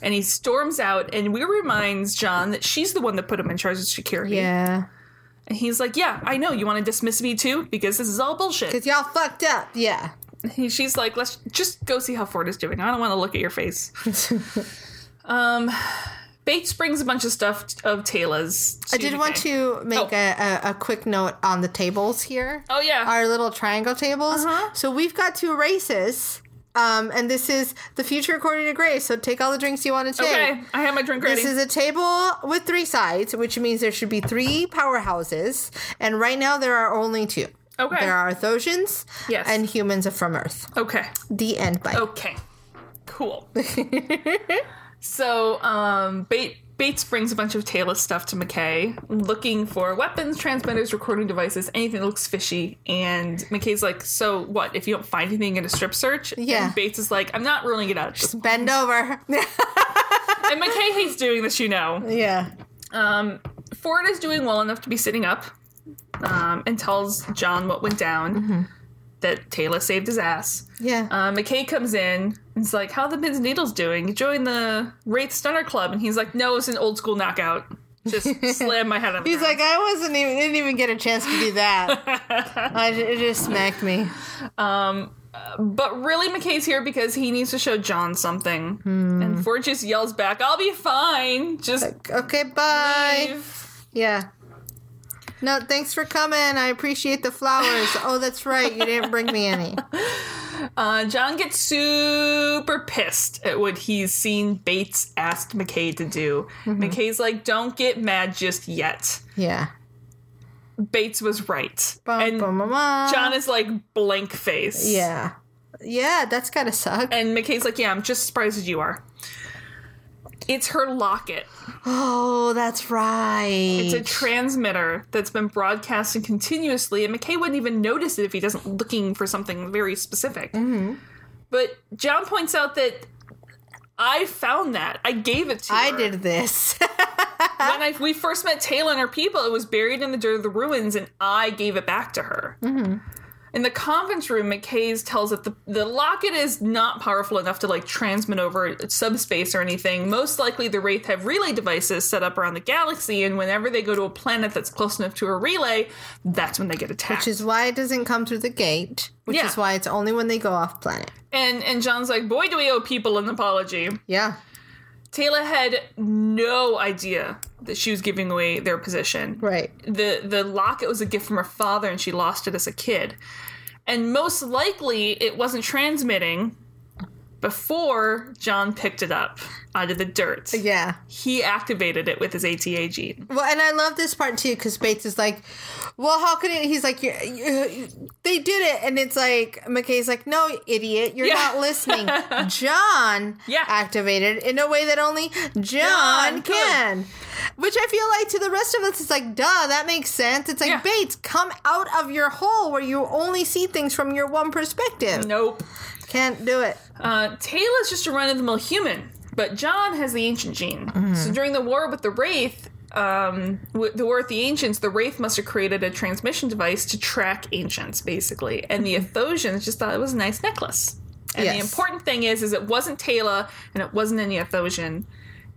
Speaker 1: And he storms out, and Weir reminds John that she's the one that put him in charge of security.
Speaker 2: Yeah.
Speaker 1: And he's like, "Yeah, I know. You want to dismiss me too because this is all bullshit."
Speaker 2: Because y'all fucked up. Yeah.
Speaker 1: He- she's like, let's just go see how Ford is doing. I don't want to look at your face. um, Bates brings a bunch of stuff t- of Taylor's.
Speaker 2: I did want to make
Speaker 1: Oh.
Speaker 2: a, a, a quick note on the tables here.
Speaker 1: Oh yeah,
Speaker 2: our little triangle tables.
Speaker 1: Uh-huh.
Speaker 2: So we've got two races. Um, and this is the future according to Grace. So take all the drinks you want to take.
Speaker 1: okay. I have my drink ready.
Speaker 2: This is a table with three sides, which means there should be three powerhouses. And right now there are only two.
Speaker 1: Okay.
Speaker 2: There are Thosians
Speaker 1: Yes.
Speaker 2: and humans are from Earth.
Speaker 1: okay,
Speaker 2: The end bite.
Speaker 1: okay, cool. so, um, Bate. Bates brings a bunch of Taylor's stuff to McKay, looking for weapons, transmitters, recording devices, anything that looks fishy. And McKay's like, "So what? If you don't find anything in a strip search?"
Speaker 2: Yeah.
Speaker 1: And Bates is like, "I'm not ruling it out." at this
Speaker 2: Bend over.
Speaker 1: and McKay hates doing this, you know.
Speaker 2: yeah.
Speaker 1: Um, Ford is doing well enough to be sitting up um, and tells John what went down.
Speaker 2: Mm-hmm.
Speaker 1: That Taylor saved his ass.
Speaker 2: Yeah.
Speaker 1: Uh, McKay comes in and is like, "How the pins and needles doing? You joined the Wraith Stunner Club?" And he's like, "No, it's an old school knockout. Just slam my head on." the
Speaker 2: He's
Speaker 1: ground."
Speaker 2: like, I wasn't even didn't even get a chance to do that. I, it just smacked me.
Speaker 1: "But really, McKay's here because he needs to show John something."
Speaker 2: Hmm.
Speaker 1: And Ford just yells back, "I'll be fine. Just
Speaker 2: Okay, bye.
Speaker 1: leave."
Speaker 2: Yeah. No, thanks for coming. I appreciate the flowers. oh, that's right. You didn't bring me any.
Speaker 1: Uh, John gets super pissed at what he's seen Bates asked McKay to do.
Speaker 2: Mm-hmm.
Speaker 1: McKay's like, don't get mad just yet.
Speaker 2: Yeah.
Speaker 1: Bates was right.
Speaker 2: Bum,
Speaker 1: and
Speaker 2: bum, bum, bum.
Speaker 1: John is like, blank face.
Speaker 2: Yeah. Yeah, that's gotta suck.
Speaker 1: And McKay's like, yeah, I'm just surprised as you are. It's her locket.
Speaker 2: Oh, that's right.
Speaker 1: It's a transmitter that's been broadcasting continuously, and McKay wouldn't even notice it if he doesn't looking for something very specific.
Speaker 2: Mm-hmm.
Speaker 1: But John points out that I found that. I gave it to
Speaker 2: I
Speaker 1: her.
Speaker 2: did this.
Speaker 1: When I, we first met Taylor and her people, it was buried in the dirt of the ruins, and I gave it back to her.
Speaker 2: Mm-hmm.
Speaker 1: In the conference room, McKay's tells that the, the locket is not powerful enough to like transmit over subspace or anything. Most likely, the Wraith have relay devices set up around the galaxy, and whenever they go to a planet that's close enough to a relay, that's when they get attacked.
Speaker 2: which is why it doesn't come through the gate, which
Speaker 1: Yeah.
Speaker 2: is why it's only when they go off planet.
Speaker 1: and and John's like, "Boy, do we owe people an apology."
Speaker 2: Yeah.
Speaker 1: Taylor had no idea that she was giving away their position.
Speaker 2: Right.
Speaker 1: the the locket was a gift from her father and she lost it as a kid and most likely it wasn't transmitting before john picked it up out of the dirt
Speaker 2: Yeah.
Speaker 1: he activated it with his ata gene
Speaker 2: Well, and I love this part too because Bates is like, "Well, how could it?" He's like, you, you- "They did it," and it's like McKay's like, "No, idiot, you're
Speaker 1: Yeah.
Speaker 2: not listening." John
Speaker 1: Yeah.
Speaker 2: activated in a way that only John,
Speaker 1: John could.
Speaker 2: can. Which I feel like to the rest of us, it's like, duh, that makes sense. It's like,
Speaker 1: Yeah.
Speaker 2: Bates, come out of your hole where you only see things from your one perspective.
Speaker 1: nope
Speaker 2: Can't do it.
Speaker 1: Uh, Taylor's just a run of the mill human, but John has the ancient gene.
Speaker 2: Mm-hmm.
Speaker 1: So during the war with the Wraith, um, w- the war with the ancients, the Wraith must have created a transmission device to track ancients, basically. And the Athosians just thought it was a nice necklace. And the
Speaker 2: Mm-hmm. Yes.
Speaker 1: important thing is, is it wasn't Taylor and it wasn't any Athosian.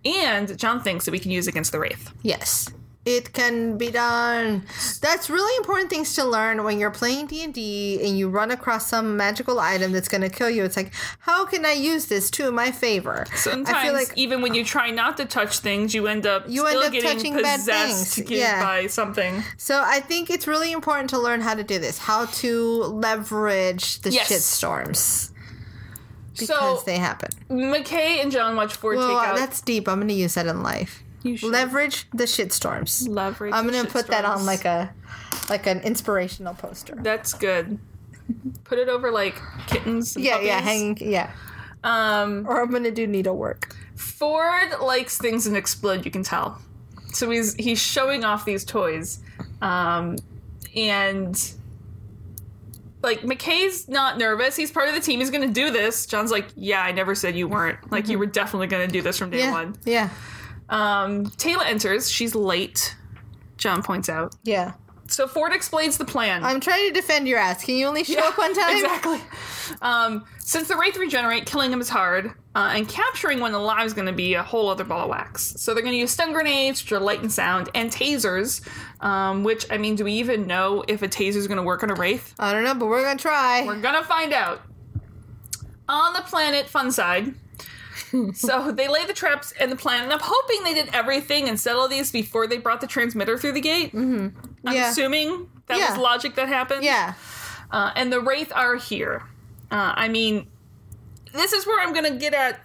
Speaker 1: And John thinks that we can use against the Wraith.
Speaker 2: Yes. It can be done. That's really important things to learn when you're playing D&D and you run across some magical item that's going to kill you. It's like, how can I use this to my favor?
Speaker 1: Sometimes,
Speaker 2: I feel like uh,
Speaker 1: even when you try not to touch things, you end up
Speaker 2: You end
Speaker 1: still
Speaker 2: up
Speaker 1: getting
Speaker 2: touching bad
Speaker 1: possessed
Speaker 2: things.
Speaker 1: get-
Speaker 2: Yeah.
Speaker 1: by something.
Speaker 2: so I think it's really important to learn how to do this, how to leverage the
Speaker 1: Yes.
Speaker 2: shitstorms because
Speaker 1: So
Speaker 2: they happen.
Speaker 1: McKay and John watch four
Speaker 2: Well,
Speaker 1: take out.
Speaker 2: that's deep. I'm going to use that in life.
Speaker 1: You should.
Speaker 2: Leverage the shitstorms.
Speaker 1: Leverage
Speaker 2: I'm
Speaker 1: the
Speaker 2: going to put that on
Speaker 1: shitstorms.
Speaker 2: like a like an inspirational poster.
Speaker 1: That's good. Put it over like kittens. And
Speaker 2: yeah, yeah,
Speaker 1: puppies.
Speaker 2: hanging, yeah.
Speaker 1: Um,
Speaker 2: or I'm gonna do needlework.
Speaker 1: Ford likes things that explode. You can tell. So he's he's showing off these toys, um, and like McKay's not nervous. He's part of the team. He's going to do this. John's like, yeah, I never said you weren't. Like you were definitely going to do this from day
Speaker 2: Mm-hmm. Yeah,
Speaker 1: one.
Speaker 2: yeah,
Speaker 1: Um, Taylor enters. She's late. John points out.
Speaker 2: yeah.
Speaker 1: So Ford explains the plan.
Speaker 2: I'm trying to defend your ass. Can you only show up one time?
Speaker 1: Exactly. Um, since the Wraith regenerate, killing them is hard, uh, and capturing one alive is going to be a whole other ball of wax. So they're going to use stun grenades, which are light and sound, and tasers, um, which, I mean, do we even know if a taser is going to work on a Wraith?
Speaker 2: I don't know, but we're gonna try.
Speaker 1: We're going to find out. On the planet, fun side. so they lay the traps and the planet. And I'm hoping they did everything and set all these before they brought the transmitter through the gate. I'm
Speaker 2: Mm-hmm. yeah,
Speaker 1: assuming that
Speaker 2: Yeah.
Speaker 1: was logic that happened.
Speaker 2: yeah.
Speaker 1: Uh, and the Wraith are here. Uh, I mean, this is where I'm going to get at.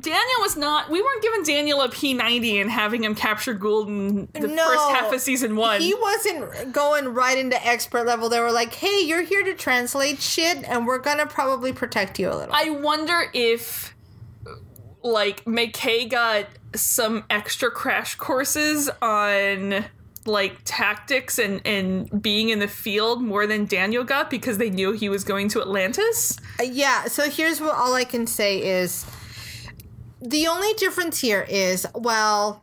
Speaker 1: Daniel was not. We weren't giving Daniel a P90 and having him capture Gould in the
Speaker 2: No.
Speaker 1: first half of season one.
Speaker 2: He wasn't going right into expert level. They were like, "Hey, you're here to translate shit, and we're gonna probably protect you a little."
Speaker 1: I wonder if, like, McKay got some extra crash courses on like tactics and and being in the field more than Daniel got because they knew he was going to Atlantis.
Speaker 2: Uh, yeah. So here's what all I can say is, the only difference here is, well,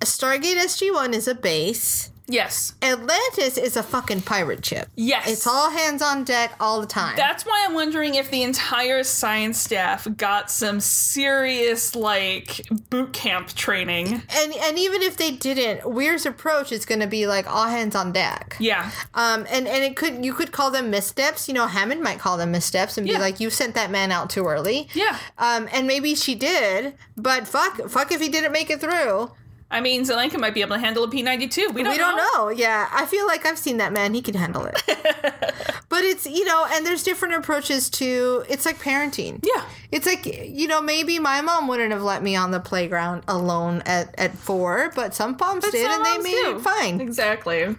Speaker 2: Stargate SG One is a base.
Speaker 1: Yes.
Speaker 2: Atlantis is a fucking pirate ship.
Speaker 1: Yes.
Speaker 2: It's all hands on deck all the time.
Speaker 1: That's why I'm wondering if the entire science staff got some serious like boot camp training.
Speaker 2: and and even if they didn't, Weir's approach is going to be like all hands on deck.
Speaker 1: Yeah.
Speaker 2: Um, and and it could you could call them missteps. You know, Hammond might call them missteps and
Speaker 1: Yeah.
Speaker 2: be like, "You sent that man out too early."
Speaker 1: Yeah.
Speaker 2: Um, and maybe she did, but fuck, fuck if he didn't make it through.
Speaker 1: I mean, Zelenka might be able to handle a P92. We don't,
Speaker 2: we don't know. Yeah, I feel like I've seen that man. He can handle it. but it's you know, and there's different approaches to. It's like parenting.
Speaker 1: Yeah.
Speaker 2: It's like you know, maybe my mom wouldn't have let me on the playground alone at at four, but some moms
Speaker 1: But
Speaker 2: did,
Speaker 1: some
Speaker 2: and they
Speaker 1: moms
Speaker 2: made
Speaker 1: do.
Speaker 2: it fine.
Speaker 1: Exactly.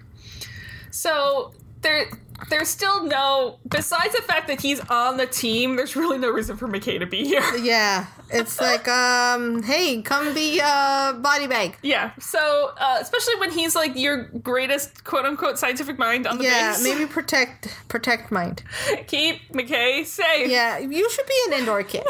Speaker 1: So there there's still no besides the fact that he's on the team there's really no reason for mckay to be here
Speaker 2: Yeah, it's like, um, hey, come be a body bag.
Speaker 1: yeah so uh, especially when he's like your greatest quote-unquote scientific mind on the
Speaker 2: Yeah,
Speaker 1: base
Speaker 2: maybe protect protect mind.
Speaker 1: keep mckay safe
Speaker 2: Yeah, you should be an indoor kid.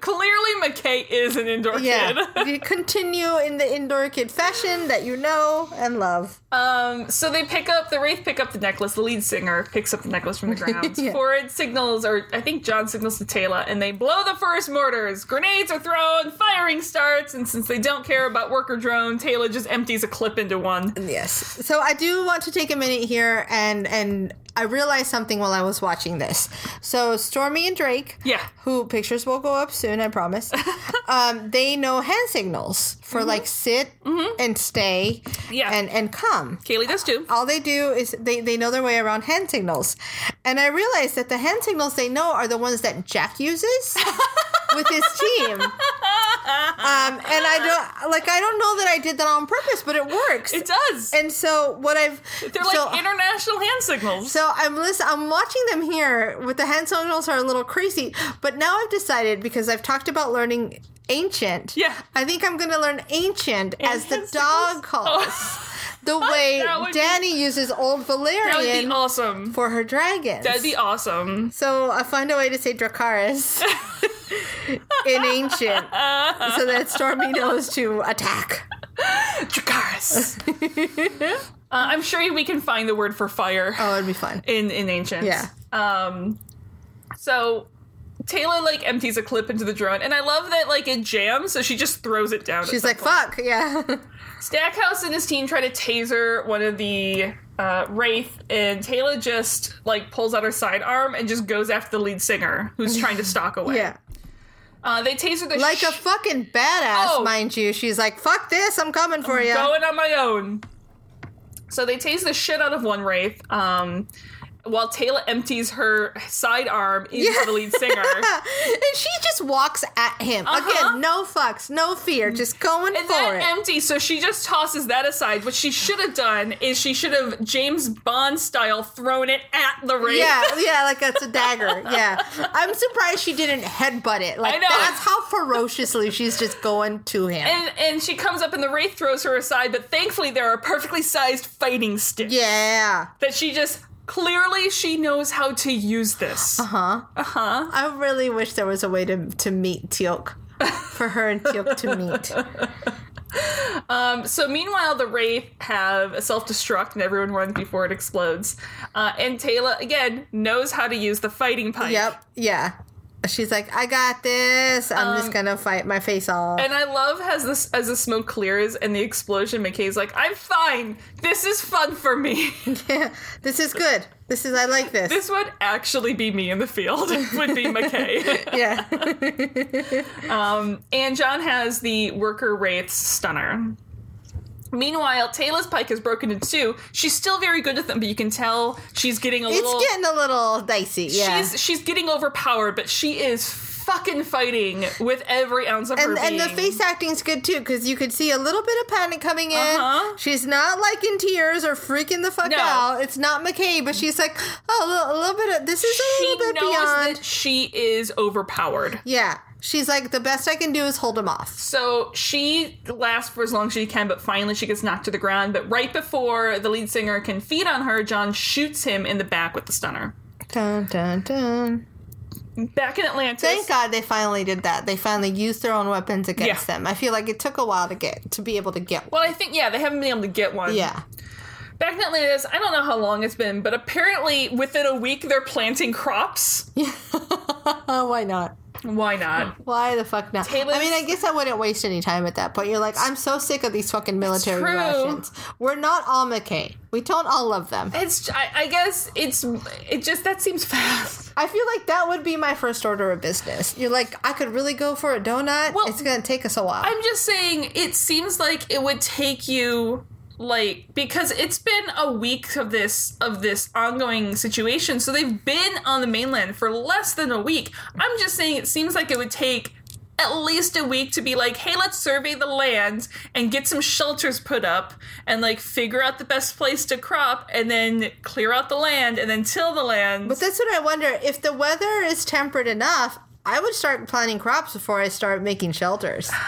Speaker 1: clearly mckay is an indoor
Speaker 2: Yeah,
Speaker 1: kid
Speaker 2: you continue in the indoor kid fashion that you know and love.
Speaker 1: um, so they pick up the wraith pick up the necklace the lead singer picks up the necklace from the ground
Speaker 2: Yeah.
Speaker 1: ford signals or i think john signals to taylor and they blow the first mortars grenades are thrown firing starts and since they don't care about worker drone taylor just empties a clip into one
Speaker 2: Yes. So I do want to take a minute here and and I realized something while I was watching this. So Stormy and Drake,
Speaker 1: Yeah.
Speaker 2: who pictures will go up soon, I promise. um, they know hand signals for like sit and stay,
Speaker 1: Mm-hmm. Yeah.
Speaker 2: and and come.
Speaker 1: Kaylee does too.
Speaker 2: all they do is they, they know their way around hand signals. And I realized that the hand signals they know are the ones that Jack uses with his team. Um, and I don't like I don't know that I did that on purpose, but it works.
Speaker 1: It does.
Speaker 2: and so what I've
Speaker 1: They're like
Speaker 2: so,
Speaker 1: international hand signals.
Speaker 2: so I'm listen, I'm watching them here with the hand signals are a little crazy, but now I've decided because I've talked about learning ancient.
Speaker 1: Yeah.
Speaker 2: I think I'm going to learn ancient as the
Speaker 1: hand
Speaker 2: dog
Speaker 1: signals? Oh,
Speaker 2: calls. The way
Speaker 1: That would be-
Speaker 2: Danny uses old
Speaker 1: that would
Speaker 2: Valerian
Speaker 1: be awesome.
Speaker 2: for her dragons.
Speaker 1: That'd be awesome.
Speaker 2: so I find a way to say Dracaris in ancient, so that Stormy knows to attack.
Speaker 1: Dracaris. uh, I'm sure we can find the word for fire
Speaker 2: Oh, it'd be fun.
Speaker 1: in in ancient.
Speaker 2: Yeah.
Speaker 1: Um. So. Taylor like empties a clip into the drone, and I love that like it jams, so she just throws it down. at
Speaker 2: She's
Speaker 1: some
Speaker 2: like,
Speaker 1: point.
Speaker 2: "Fuck, yeah."
Speaker 1: Stackhouse and his team try to taser one of the uh, Wraith, and Taylor just like pulls out her sidearm and just goes after the lead singer, who's trying to stalk away.
Speaker 2: yeah.
Speaker 1: Uh, they taser the
Speaker 2: Like
Speaker 1: sh-
Speaker 2: a fucking badass,
Speaker 1: Oh.
Speaker 2: mind you. She's like, "Fuck this, I'm coming for you."
Speaker 1: going on my own. So they tase the shit out of one wraith, um, while Taylor empties her sidearm into the lead singer.
Speaker 2: and she just walks at him
Speaker 1: Uh-huh.
Speaker 2: again. No fucks, no fear, just going
Speaker 1: And
Speaker 2: for it.
Speaker 1: that empty, so she just tosses that aside. What she should have done is she should have James Bond style thrown it at the wraith.
Speaker 2: Yeah, yeah, like that's a dagger. Yeah. I'm surprised she didn't headbutt it. Like
Speaker 1: I know.
Speaker 2: that's how ferociously she's just going to him.
Speaker 1: And and she comes up and the wraith throws her aside, but thankfully there are perfectly sized fighting sticks
Speaker 2: yeah.
Speaker 1: that she just clearly she knows how to use this.
Speaker 2: Uh-huh. I really wish there was a way to to meet Teok. For her and Teok to meet.
Speaker 1: So meanwhile, the Wraith have a self-destruct and everyone runs before it explodes. Uh, and Taylor, again, knows how to use the fighting pike.
Speaker 2: Yep. Yeah. She's like, I got this. I'm
Speaker 1: Um,
Speaker 2: just gonna fight my face off.
Speaker 1: And I love as this as the smoke clears and the explosion, McKay's like, I'm fine. This is fun for me.
Speaker 2: this is good. This is I like this.
Speaker 1: this would actually be me in the field. It would be McKay. Um,
Speaker 2: yeah.
Speaker 1: and John has the worker Wraith's stunner. Meanwhile, Taylor's pike is broken in two. She's still very good at them, but you can tell she's getting a little
Speaker 2: it's getting a little dicey. Yeah.
Speaker 1: she's she's getting overpowered, but she is fucking fighting with every ounce of her
Speaker 2: and,
Speaker 1: being.
Speaker 2: and the face acting's good too because you could see a little bit of panic coming in.
Speaker 1: Uh-huh.
Speaker 2: She's not like in tears or freaking the fuck
Speaker 1: No.
Speaker 2: out. It's not McKay, but she's like, oh, a little, a little bit of this is a
Speaker 1: she
Speaker 2: little bit
Speaker 1: knows
Speaker 2: beyond.
Speaker 1: that she is overpowered.
Speaker 2: yeah, she's like, the best I can do is hold him off.
Speaker 1: So she lasts for as long as she can, but finally she gets knocked to the ground. But right before the lead singer can feed on her, John shoots him in the back with the stunner.
Speaker 2: Dun dun dun.
Speaker 1: Back in Atlantis,
Speaker 2: Thank God they finally did that. They finally used their own weapons against
Speaker 1: Yeah.
Speaker 2: them. I feel like it took a while to get to be able to get one.
Speaker 1: Well, I think yeah, they haven't been able to get one.
Speaker 2: Yeah.
Speaker 1: Back in Atlantis, I don't know how long it's been, but apparently within a week they're planting crops.
Speaker 2: Why not?
Speaker 1: Why not?
Speaker 2: Why the fuck not? I
Speaker 1: Taylor's-
Speaker 2: mean, I guess I wouldn't waste any time at that point. You're like, I'm so sick of these fucking military
Speaker 1: true.
Speaker 2: rations. We're not all McCain. We don't all love them.
Speaker 1: It's I, I guess it's it just that seems fast.
Speaker 2: I feel like that would be my first order of business. You're like, I could really go for a donut.
Speaker 1: Well,
Speaker 2: it's gonna take us a while.
Speaker 1: I'm just saying it seems like it would take you like because it's been a week of this of this ongoing situation so they've been on the mainland for less than a week i'm just saying it seems like it would take at least a week to be like, hey, let's survey the land and get some shelters put up and like figure out the best place to crop and then clear out the land and then till the land.
Speaker 2: But that's what I wonder. If the weather is temperate enough, I would start planting crops before I start making shelters.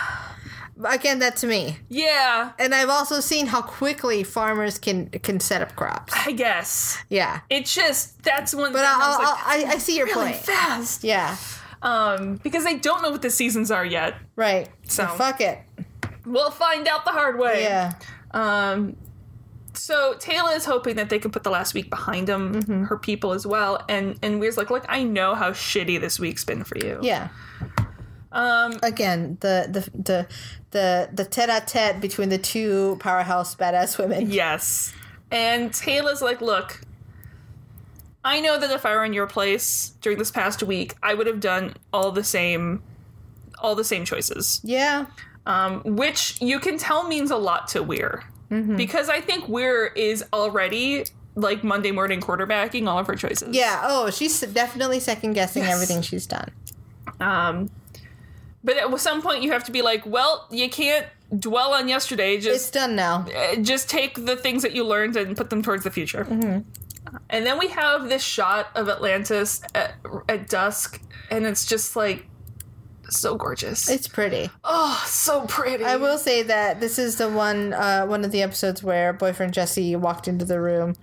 Speaker 2: Again, that's me.
Speaker 1: yeah,
Speaker 2: And I've also seen how quickly farmers can can set up crops.
Speaker 1: I guess.
Speaker 2: Yeah.
Speaker 1: It's just that's one
Speaker 2: But
Speaker 1: thing
Speaker 2: I'll,
Speaker 1: I was
Speaker 2: I'll,
Speaker 1: like,
Speaker 2: I, I see your
Speaker 1: really
Speaker 2: point.
Speaker 1: fast.
Speaker 2: Yeah.
Speaker 1: Um, because I don't know what the seasons are yet.
Speaker 2: Right. So
Speaker 1: So-
Speaker 2: fuck it.
Speaker 1: We'll find out the hard way.
Speaker 2: Yeah.
Speaker 1: Um, so Taylor is hoping that they can put the last week behind them,
Speaker 2: Mm-hmm.
Speaker 1: her people as well. And and Weir's like, look, I know how shitty this week's been for you.
Speaker 2: Yeah. Um. Again, the the the the the tete-a-tete between the two powerhouse badass women.
Speaker 1: Yes. And Taylor's like, look, I know that if I were in your place during this past week, I would have done all the same, all the same choices.
Speaker 2: Yeah.
Speaker 1: um, which you can tell means a lot to Weir
Speaker 2: Mm-hmm.
Speaker 1: because I think Weir is already like Monday morning quarterbacking all of her choices.
Speaker 2: Yeah. Oh, she's definitely second guessing
Speaker 1: Yes.
Speaker 2: everything she's done.
Speaker 1: Um, but at some point, you have to be like, well, you can't dwell on yesterday.
Speaker 2: It's
Speaker 1: Just
Speaker 2: done now.
Speaker 1: uh, just take the things that you learned and put them towards the future.
Speaker 2: Mm-hmm.
Speaker 1: And then we have this shot of Atlantis at, at dusk, and it's just like so gorgeous.
Speaker 2: It's pretty.
Speaker 1: oh, so pretty.
Speaker 2: I will say that this is the one uh, one of the episodes where boyfriend Jesse walked into the room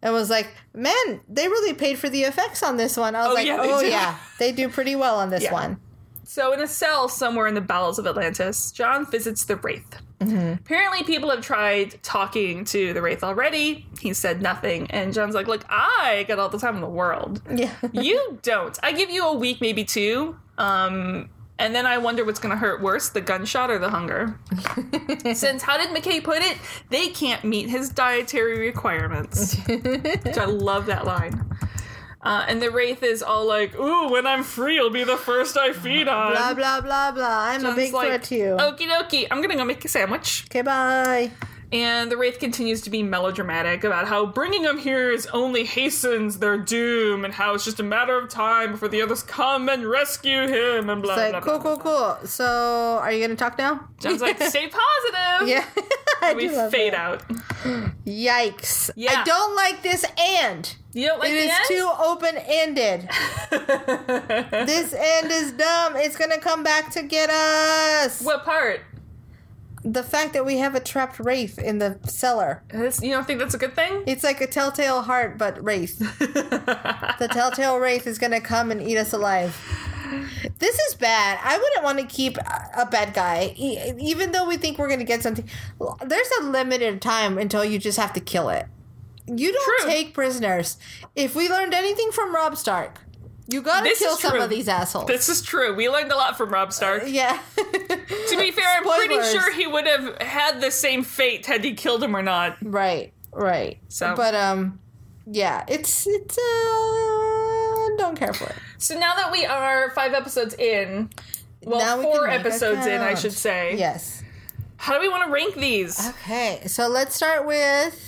Speaker 2: and was like, "Man, they really paid for the effects on this one." I was
Speaker 1: Oh,
Speaker 2: like,
Speaker 1: yeah, they
Speaker 2: "Oh
Speaker 1: do."
Speaker 2: yeah, they do pretty well on this
Speaker 1: Yeah.
Speaker 2: one."
Speaker 1: So, in a cell somewhere in the bowels of Atlantis, John visits the Wraith. Apparently, people have tried talking to the Wraith already. He said nothing. And John's like, Look, I got all the time in the world.
Speaker 2: Yeah.
Speaker 1: you don't. I give you a week, maybe two. Um, and then I wonder what's going to hurt worse the gunshot or the hunger. Since, how did McKay put it? They can't meet his dietary requirements. Which I love that line. Uh, and the Wraith is all like, Ooh, when I'm free, you'll be the first I feed on.
Speaker 2: Blah blah blah blah. I'm a
Speaker 1: John's
Speaker 2: big
Speaker 1: like, "Oh,
Speaker 2: threat to you.
Speaker 1: Okie dokie, I'm gonna go make a sandwich.
Speaker 2: Okay, bye.
Speaker 1: And the Wraith continues to be melodramatic about how bringing them here is only hastens their doom and how it's just a matter of time before the others come and rescue him and blah,
Speaker 2: It's
Speaker 1: blah,
Speaker 2: like, cool,
Speaker 1: blah.
Speaker 2: cool, cool. So, are you gonna talk now?
Speaker 1: John's like, stay positive.
Speaker 2: Yeah. I
Speaker 1: We
Speaker 2: do love
Speaker 1: fade
Speaker 2: that.
Speaker 1: out.
Speaker 2: Yikes.
Speaker 1: Yeah.
Speaker 2: I don't like this and.
Speaker 1: You don't like
Speaker 2: It
Speaker 1: the
Speaker 2: is
Speaker 1: end?
Speaker 2: too open ended. this end is dumb. It's gonna come back to get us.
Speaker 1: What part?
Speaker 2: The fact that we have a trapped wraith in the cellar.
Speaker 1: This- you don't think that's a good thing?
Speaker 2: It's like a telltale heart, but wraith. the telltale wraith is gonna come and eat us alive. This is bad. I wouldn't want to keep a- a bad guy, e- even though we think we're gonna get something. There's a limited time until you just have to kill it. You don't
Speaker 1: True.
Speaker 2: take prisoners. If we learned anything from Rob Stark, you gotta
Speaker 1: This
Speaker 2: kill
Speaker 1: is
Speaker 2: some
Speaker 1: true.
Speaker 2: of these assholes.
Speaker 1: This is true. We learned a lot from Rob Stark.
Speaker 2: yeah.
Speaker 1: to be fair, I'm pretty
Speaker 2: Uh, Spoilers.
Speaker 1: sure he would have had the same fate had he killed him or not.
Speaker 2: right. Right.
Speaker 1: So-
Speaker 2: but um, yeah. It's it's uh, don't care for it.
Speaker 1: So now that we are five episodes in, well,
Speaker 2: Now we
Speaker 1: four
Speaker 2: can rank
Speaker 1: episodes in, I
Speaker 2: account.
Speaker 1: should say.
Speaker 2: Yes.
Speaker 1: How do we want to rank these?
Speaker 2: Okay, so let's start with.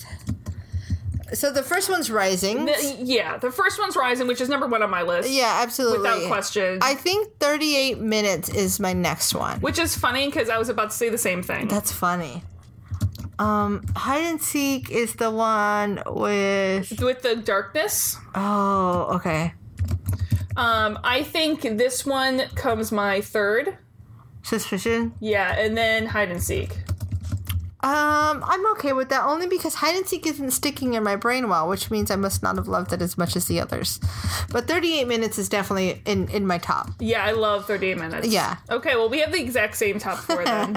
Speaker 2: So the first one's rising.
Speaker 1: The- yeah, the first one's Rising, which is number one on my list.
Speaker 2: yeah, absolutely.
Speaker 1: Without question.
Speaker 2: I think 38 minutes is my next one.
Speaker 1: which is funny because I was about to say the same thing.
Speaker 2: That's funny. Um, hide and seek is the one with.
Speaker 1: With the darkness,
Speaker 2: Oh, okay.
Speaker 1: um, I think this one comes my third.
Speaker 2: Suspicion.
Speaker 1: Yeah, and then hide and seek.
Speaker 2: Um, I'm okay with that only because hide and seek isn't sticking in my brain well, which means I must not have loved it as much as the others. But 38 minutes is definitely in in my top.
Speaker 1: Yeah, I love 38 minutes.
Speaker 2: Yeah.
Speaker 1: Okay, well, we have the exact same top four then.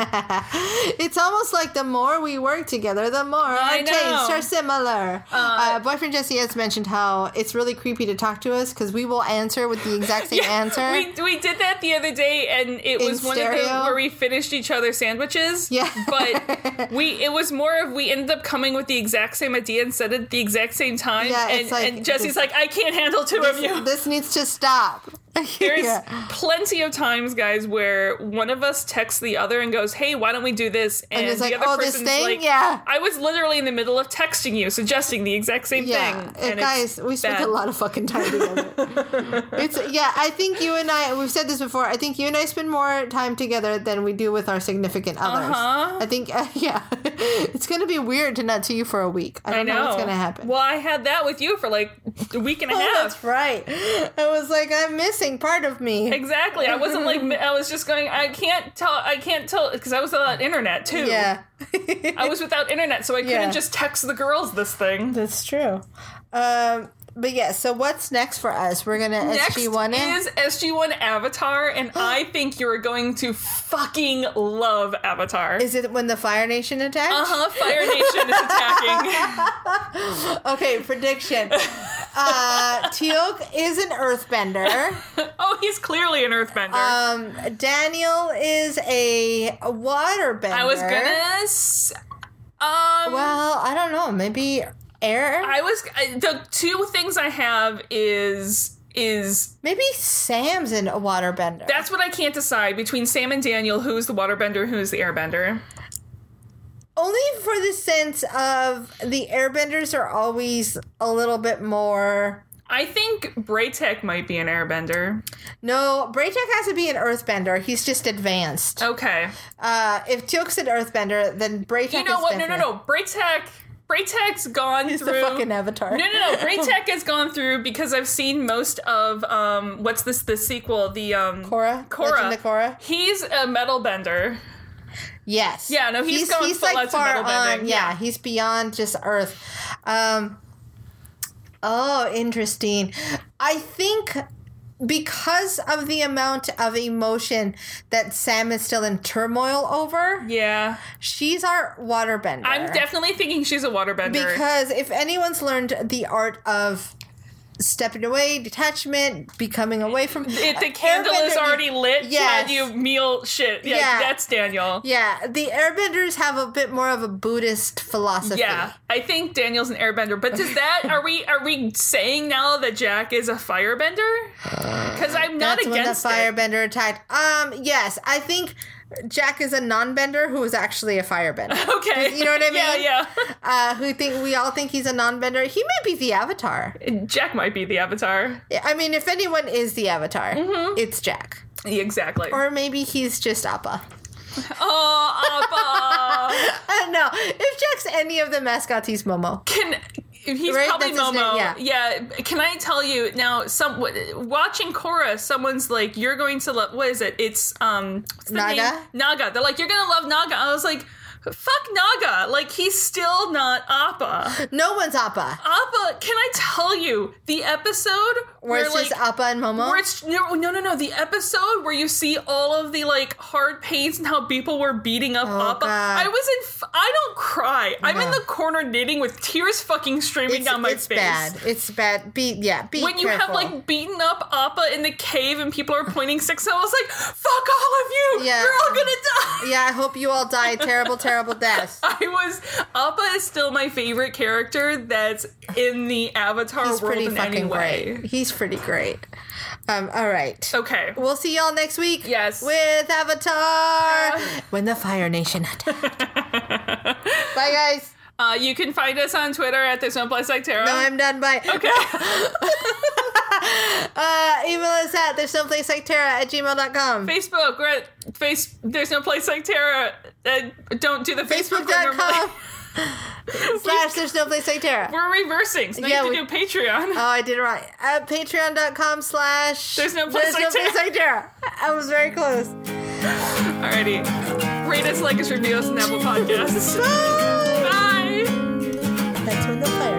Speaker 2: It's almost like the more we work together, the more
Speaker 1: I
Speaker 2: our tastes
Speaker 1: know.
Speaker 2: are similar. Uh, boyfriend Jesse has mentioned how it's really creepy to talk to us because we will answer with the exact same answer.
Speaker 1: We, we did that the other day, and it
Speaker 2: In
Speaker 1: was one of
Speaker 2: stereo?
Speaker 1: the where we finished each other's sandwiches.
Speaker 2: Yeah.
Speaker 1: but we it was more of we ended up coming with the exact same idea and said it at the exact same time.
Speaker 2: Yeah,
Speaker 1: and,
Speaker 2: it's like-
Speaker 1: and Jesse's like, I can't handle two of you.
Speaker 2: this needs to stop.
Speaker 1: There's
Speaker 2: Yeah.
Speaker 1: plenty of times, guys, where one of us texts the other and goes, "Hey, why don't we do this?" And,
Speaker 2: it's
Speaker 1: the
Speaker 2: like,
Speaker 1: other
Speaker 2: "Oh, this
Speaker 1: person's
Speaker 2: thing?
Speaker 1: like,
Speaker 2: Yeah.
Speaker 1: I was literally in the middle of texting you, suggesting the exact same
Speaker 2: Yeah, uh,
Speaker 1: thing. And
Speaker 2: guys,
Speaker 1: it's
Speaker 2: we spent
Speaker 1: bad.
Speaker 2: a lot of fucking time together. it's yeah, I think you and I we've said this before. I think you and I spend more time together than we do with our significant others.
Speaker 1: Uh-huh.
Speaker 2: I think uh, yeah, it's gonna be weird to not see you for a week. I
Speaker 1: I
Speaker 2: don't know.
Speaker 1: know
Speaker 2: what's gonna happen.
Speaker 1: Well, I had that with you for like a week and a
Speaker 2: Oh,
Speaker 1: half.
Speaker 2: that's right. I was like, I'm missing part of me.
Speaker 1: Exactly. I wasn't like I was just going. I can't tell. I can't tell because I was without internet too.
Speaker 2: Yeah,
Speaker 1: I was without internet, so I couldn't
Speaker 2: Yeah.
Speaker 1: just text the girls this thing.
Speaker 2: that's true. Um, but yeah, so what's next for us? We're gonna
Speaker 1: Next
Speaker 2: SG one in.
Speaker 1: is SG1 Avatar, and I think you're going to fucking love Avatar.
Speaker 2: Is it when the Fire Nation attacks?
Speaker 1: Uh huh. Fire Nation is attacking.
Speaker 2: Okay, prediction. uh, Teok is an earthbender.
Speaker 1: oh, he's clearly an Earthbender.
Speaker 2: Um, Daniel is a waterbender.
Speaker 1: I was gonna. s- Um.
Speaker 2: Well, I don't know. Maybe air.
Speaker 1: I was I, the two things I have is is
Speaker 2: maybe Sam's an, a waterbender.
Speaker 1: That's what I can't decide between Sam and Daniel. Who is the waterbender? Who is the airbender?
Speaker 2: Only for the sense of the airbenders are always a little bit more.
Speaker 1: I think Braytek might be an airbender.
Speaker 2: No, Braytek has to be an earthbender. He's just advanced.
Speaker 1: Okay.
Speaker 2: Uh, if Teok's an earthbender, then Braytek
Speaker 1: You know
Speaker 2: is
Speaker 1: what? No, no,
Speaker 2: definite-
Speaker 1: no. Braytek. Braytek's gone
Speaker 2: He's the
Speaker 1: through.
Speaker 2: fucking
Speaker 1: No,
Speaker 2: avatar.
Speaker 1: no, no. Braytek has gone through because I've seen most of um, what's this? The sequel, the um,
Speaker 2: Korra?
Speaker 1: Korra.
Speaker 2: Legend of Korra?
Speaker 1: He's a metal bender.
Speaker 2: Yes.
Speaker 1: Yeah, no, he's going full out to metal bending,
Speaker 2: Yeah,
Speaker 1: yeah.
Speaker 2: he's beyond just Earth. Um, oh, interesting. I think because of the amount of emotion that Sam is still in turmoil over,
Speaker 1: Yeah,
Speaker 2: she's our waterbender.
Speaker 1: I'm definitely thinking she's a waterbender.
Speaker 2: because if anyone's learned the art of stepping away, detachment, becoming away from
Speaker 1: it, the candle is
Speaker 2: Airbender-
Speaker 1: already lit.
Speaker 2: Yes.
Speaker 1: Yeah, you meal shit. Yeah,
Speaker 2: Yeah.
Speaker 1: that's Daniel.
Speaker 2: Yeah, the airbenders have a bit more of a Buddhist philosophy.
Speaker 1: Yeah, I think Daniel's an airbender. But does that are we are we saying now that Jack is a firebender? Because I'm not
Speaker 2: Uh, That's when the
Speaker 1: against it.
Speaker 2: firebender attacked. Um, yes, I think Jack is a non-bender who is actually a firebender.
Speaker 1: Okay,
Speaker 2: You know what I mean?
Speaker 1: Yeah,
Speaker 2: uh, who think we all think he's a non-bender. He might be the Avatar.
Speaker 1: yeah. Jack might be the Avatar.
Speaker 2: I mean, if anyone is the Avatar,
Speaker 1: Mm-hmm.
Speaker 2: it's Jack.
Speaker 1: Yeah, exactly.
Speaker 2: Or maybe he's just Appa.
Speaker 1: oh, Appa.
Speaker 2: I don't know. If Jack's any of the mascots, he's Momo.
Speaker 1: Can he's
Speaker 2: Right?
Speaker 1: probably
Speaker 2: That's his name,
Speaker 1: Momo?
Speaker 2: yeah.
Speaker 1: yeah. Can I tell you now? Some watching Korra, someone's like, "You're going to love." What is it? It's um what's the
Speaker 2: Naga?
Speaker 1: name? Naga. They're like, "You're gonna love Naga." I was like. Fuck Naga! Like he's still not Appa.
Speaker 2: No one's Appa.
Speaker 1: Appa, can I tell you the episode
Speaker 2: Where it's just Appa and Momo.
Speaker 1: where it's no, no, no, no. The episode where you see all of the like hard pains and how people were beating up Appa.
Speaker 2: Oh, God.
Speaker 1: I was in. F- I don't cry. I'm in
Speaker 2: No.
Speaker 1: the corner knitting with tears fucking streaming
Speaker 2: it's
Speaker 1: down my
Speaker 2: it's
Speaker 1: face.
Speaker 2: bad. It's bad. Be yeah. Be
Speaker 1: When you have
Speaker 2: careful.
Speaker 1: like beaten up Appa in the cave and people are pointing six, I was like, "Fuck all of you!
Speaker 2: Yeah.
Speaker 1: You're all gonna die."
Speaker 2: yeah. I hope you all die terrible, terrible deaths.
Speaker 1: I was Appa is still my favorite character that's in the Avatar
Speaker 2: He's
Speaker 1: world
Speaker 2: pretty
Speaker 1: in any
Speaker 2: fucking
Speaker 1: way.
Speaker 2: great. He's pretty great. Um, all right.
Speaker 1: Okay.
Speaker 2: We'll see y'all next week.
Speaker 1: Yes. Uh.
Speaker 2: With Avatar. when the Fire Nation attacked. Bye, guys.
Speaker 1: Uh, you can find us on Twitter at There's No Place Like Tarot.
Speaker 2: No, I'm done. Bye.
Speaker 1: okay.
Speaker 2: Uh, email us at there's someplace like Tara at gmail.com.
Speaker 1: Facebook, we're at face. There's no place like Tara. Uh, don't do the Facebook. one
Speaker 2: Facebook.com
Speaker 1: normally.
Speaker 2: slash there's no place like Tara.
Speaker 1: We're reversing. So now
Speaker 2: Yeah,
Speaker 1: you
Speaker 2: we-
Speaker 1: have to do Patreon.
Speaker 2: Oh, I did it right. At patreon.com slash
Speaker 1: There's no place like Tara.
Speaker 2: Tara. I was very close.
Speaker 1: Alrighty. Rate us, like us, review us on Apple Podcasts.
Speaker 2: Bye.
Speaker 1: Bye.
Speaker 2: That's when the fire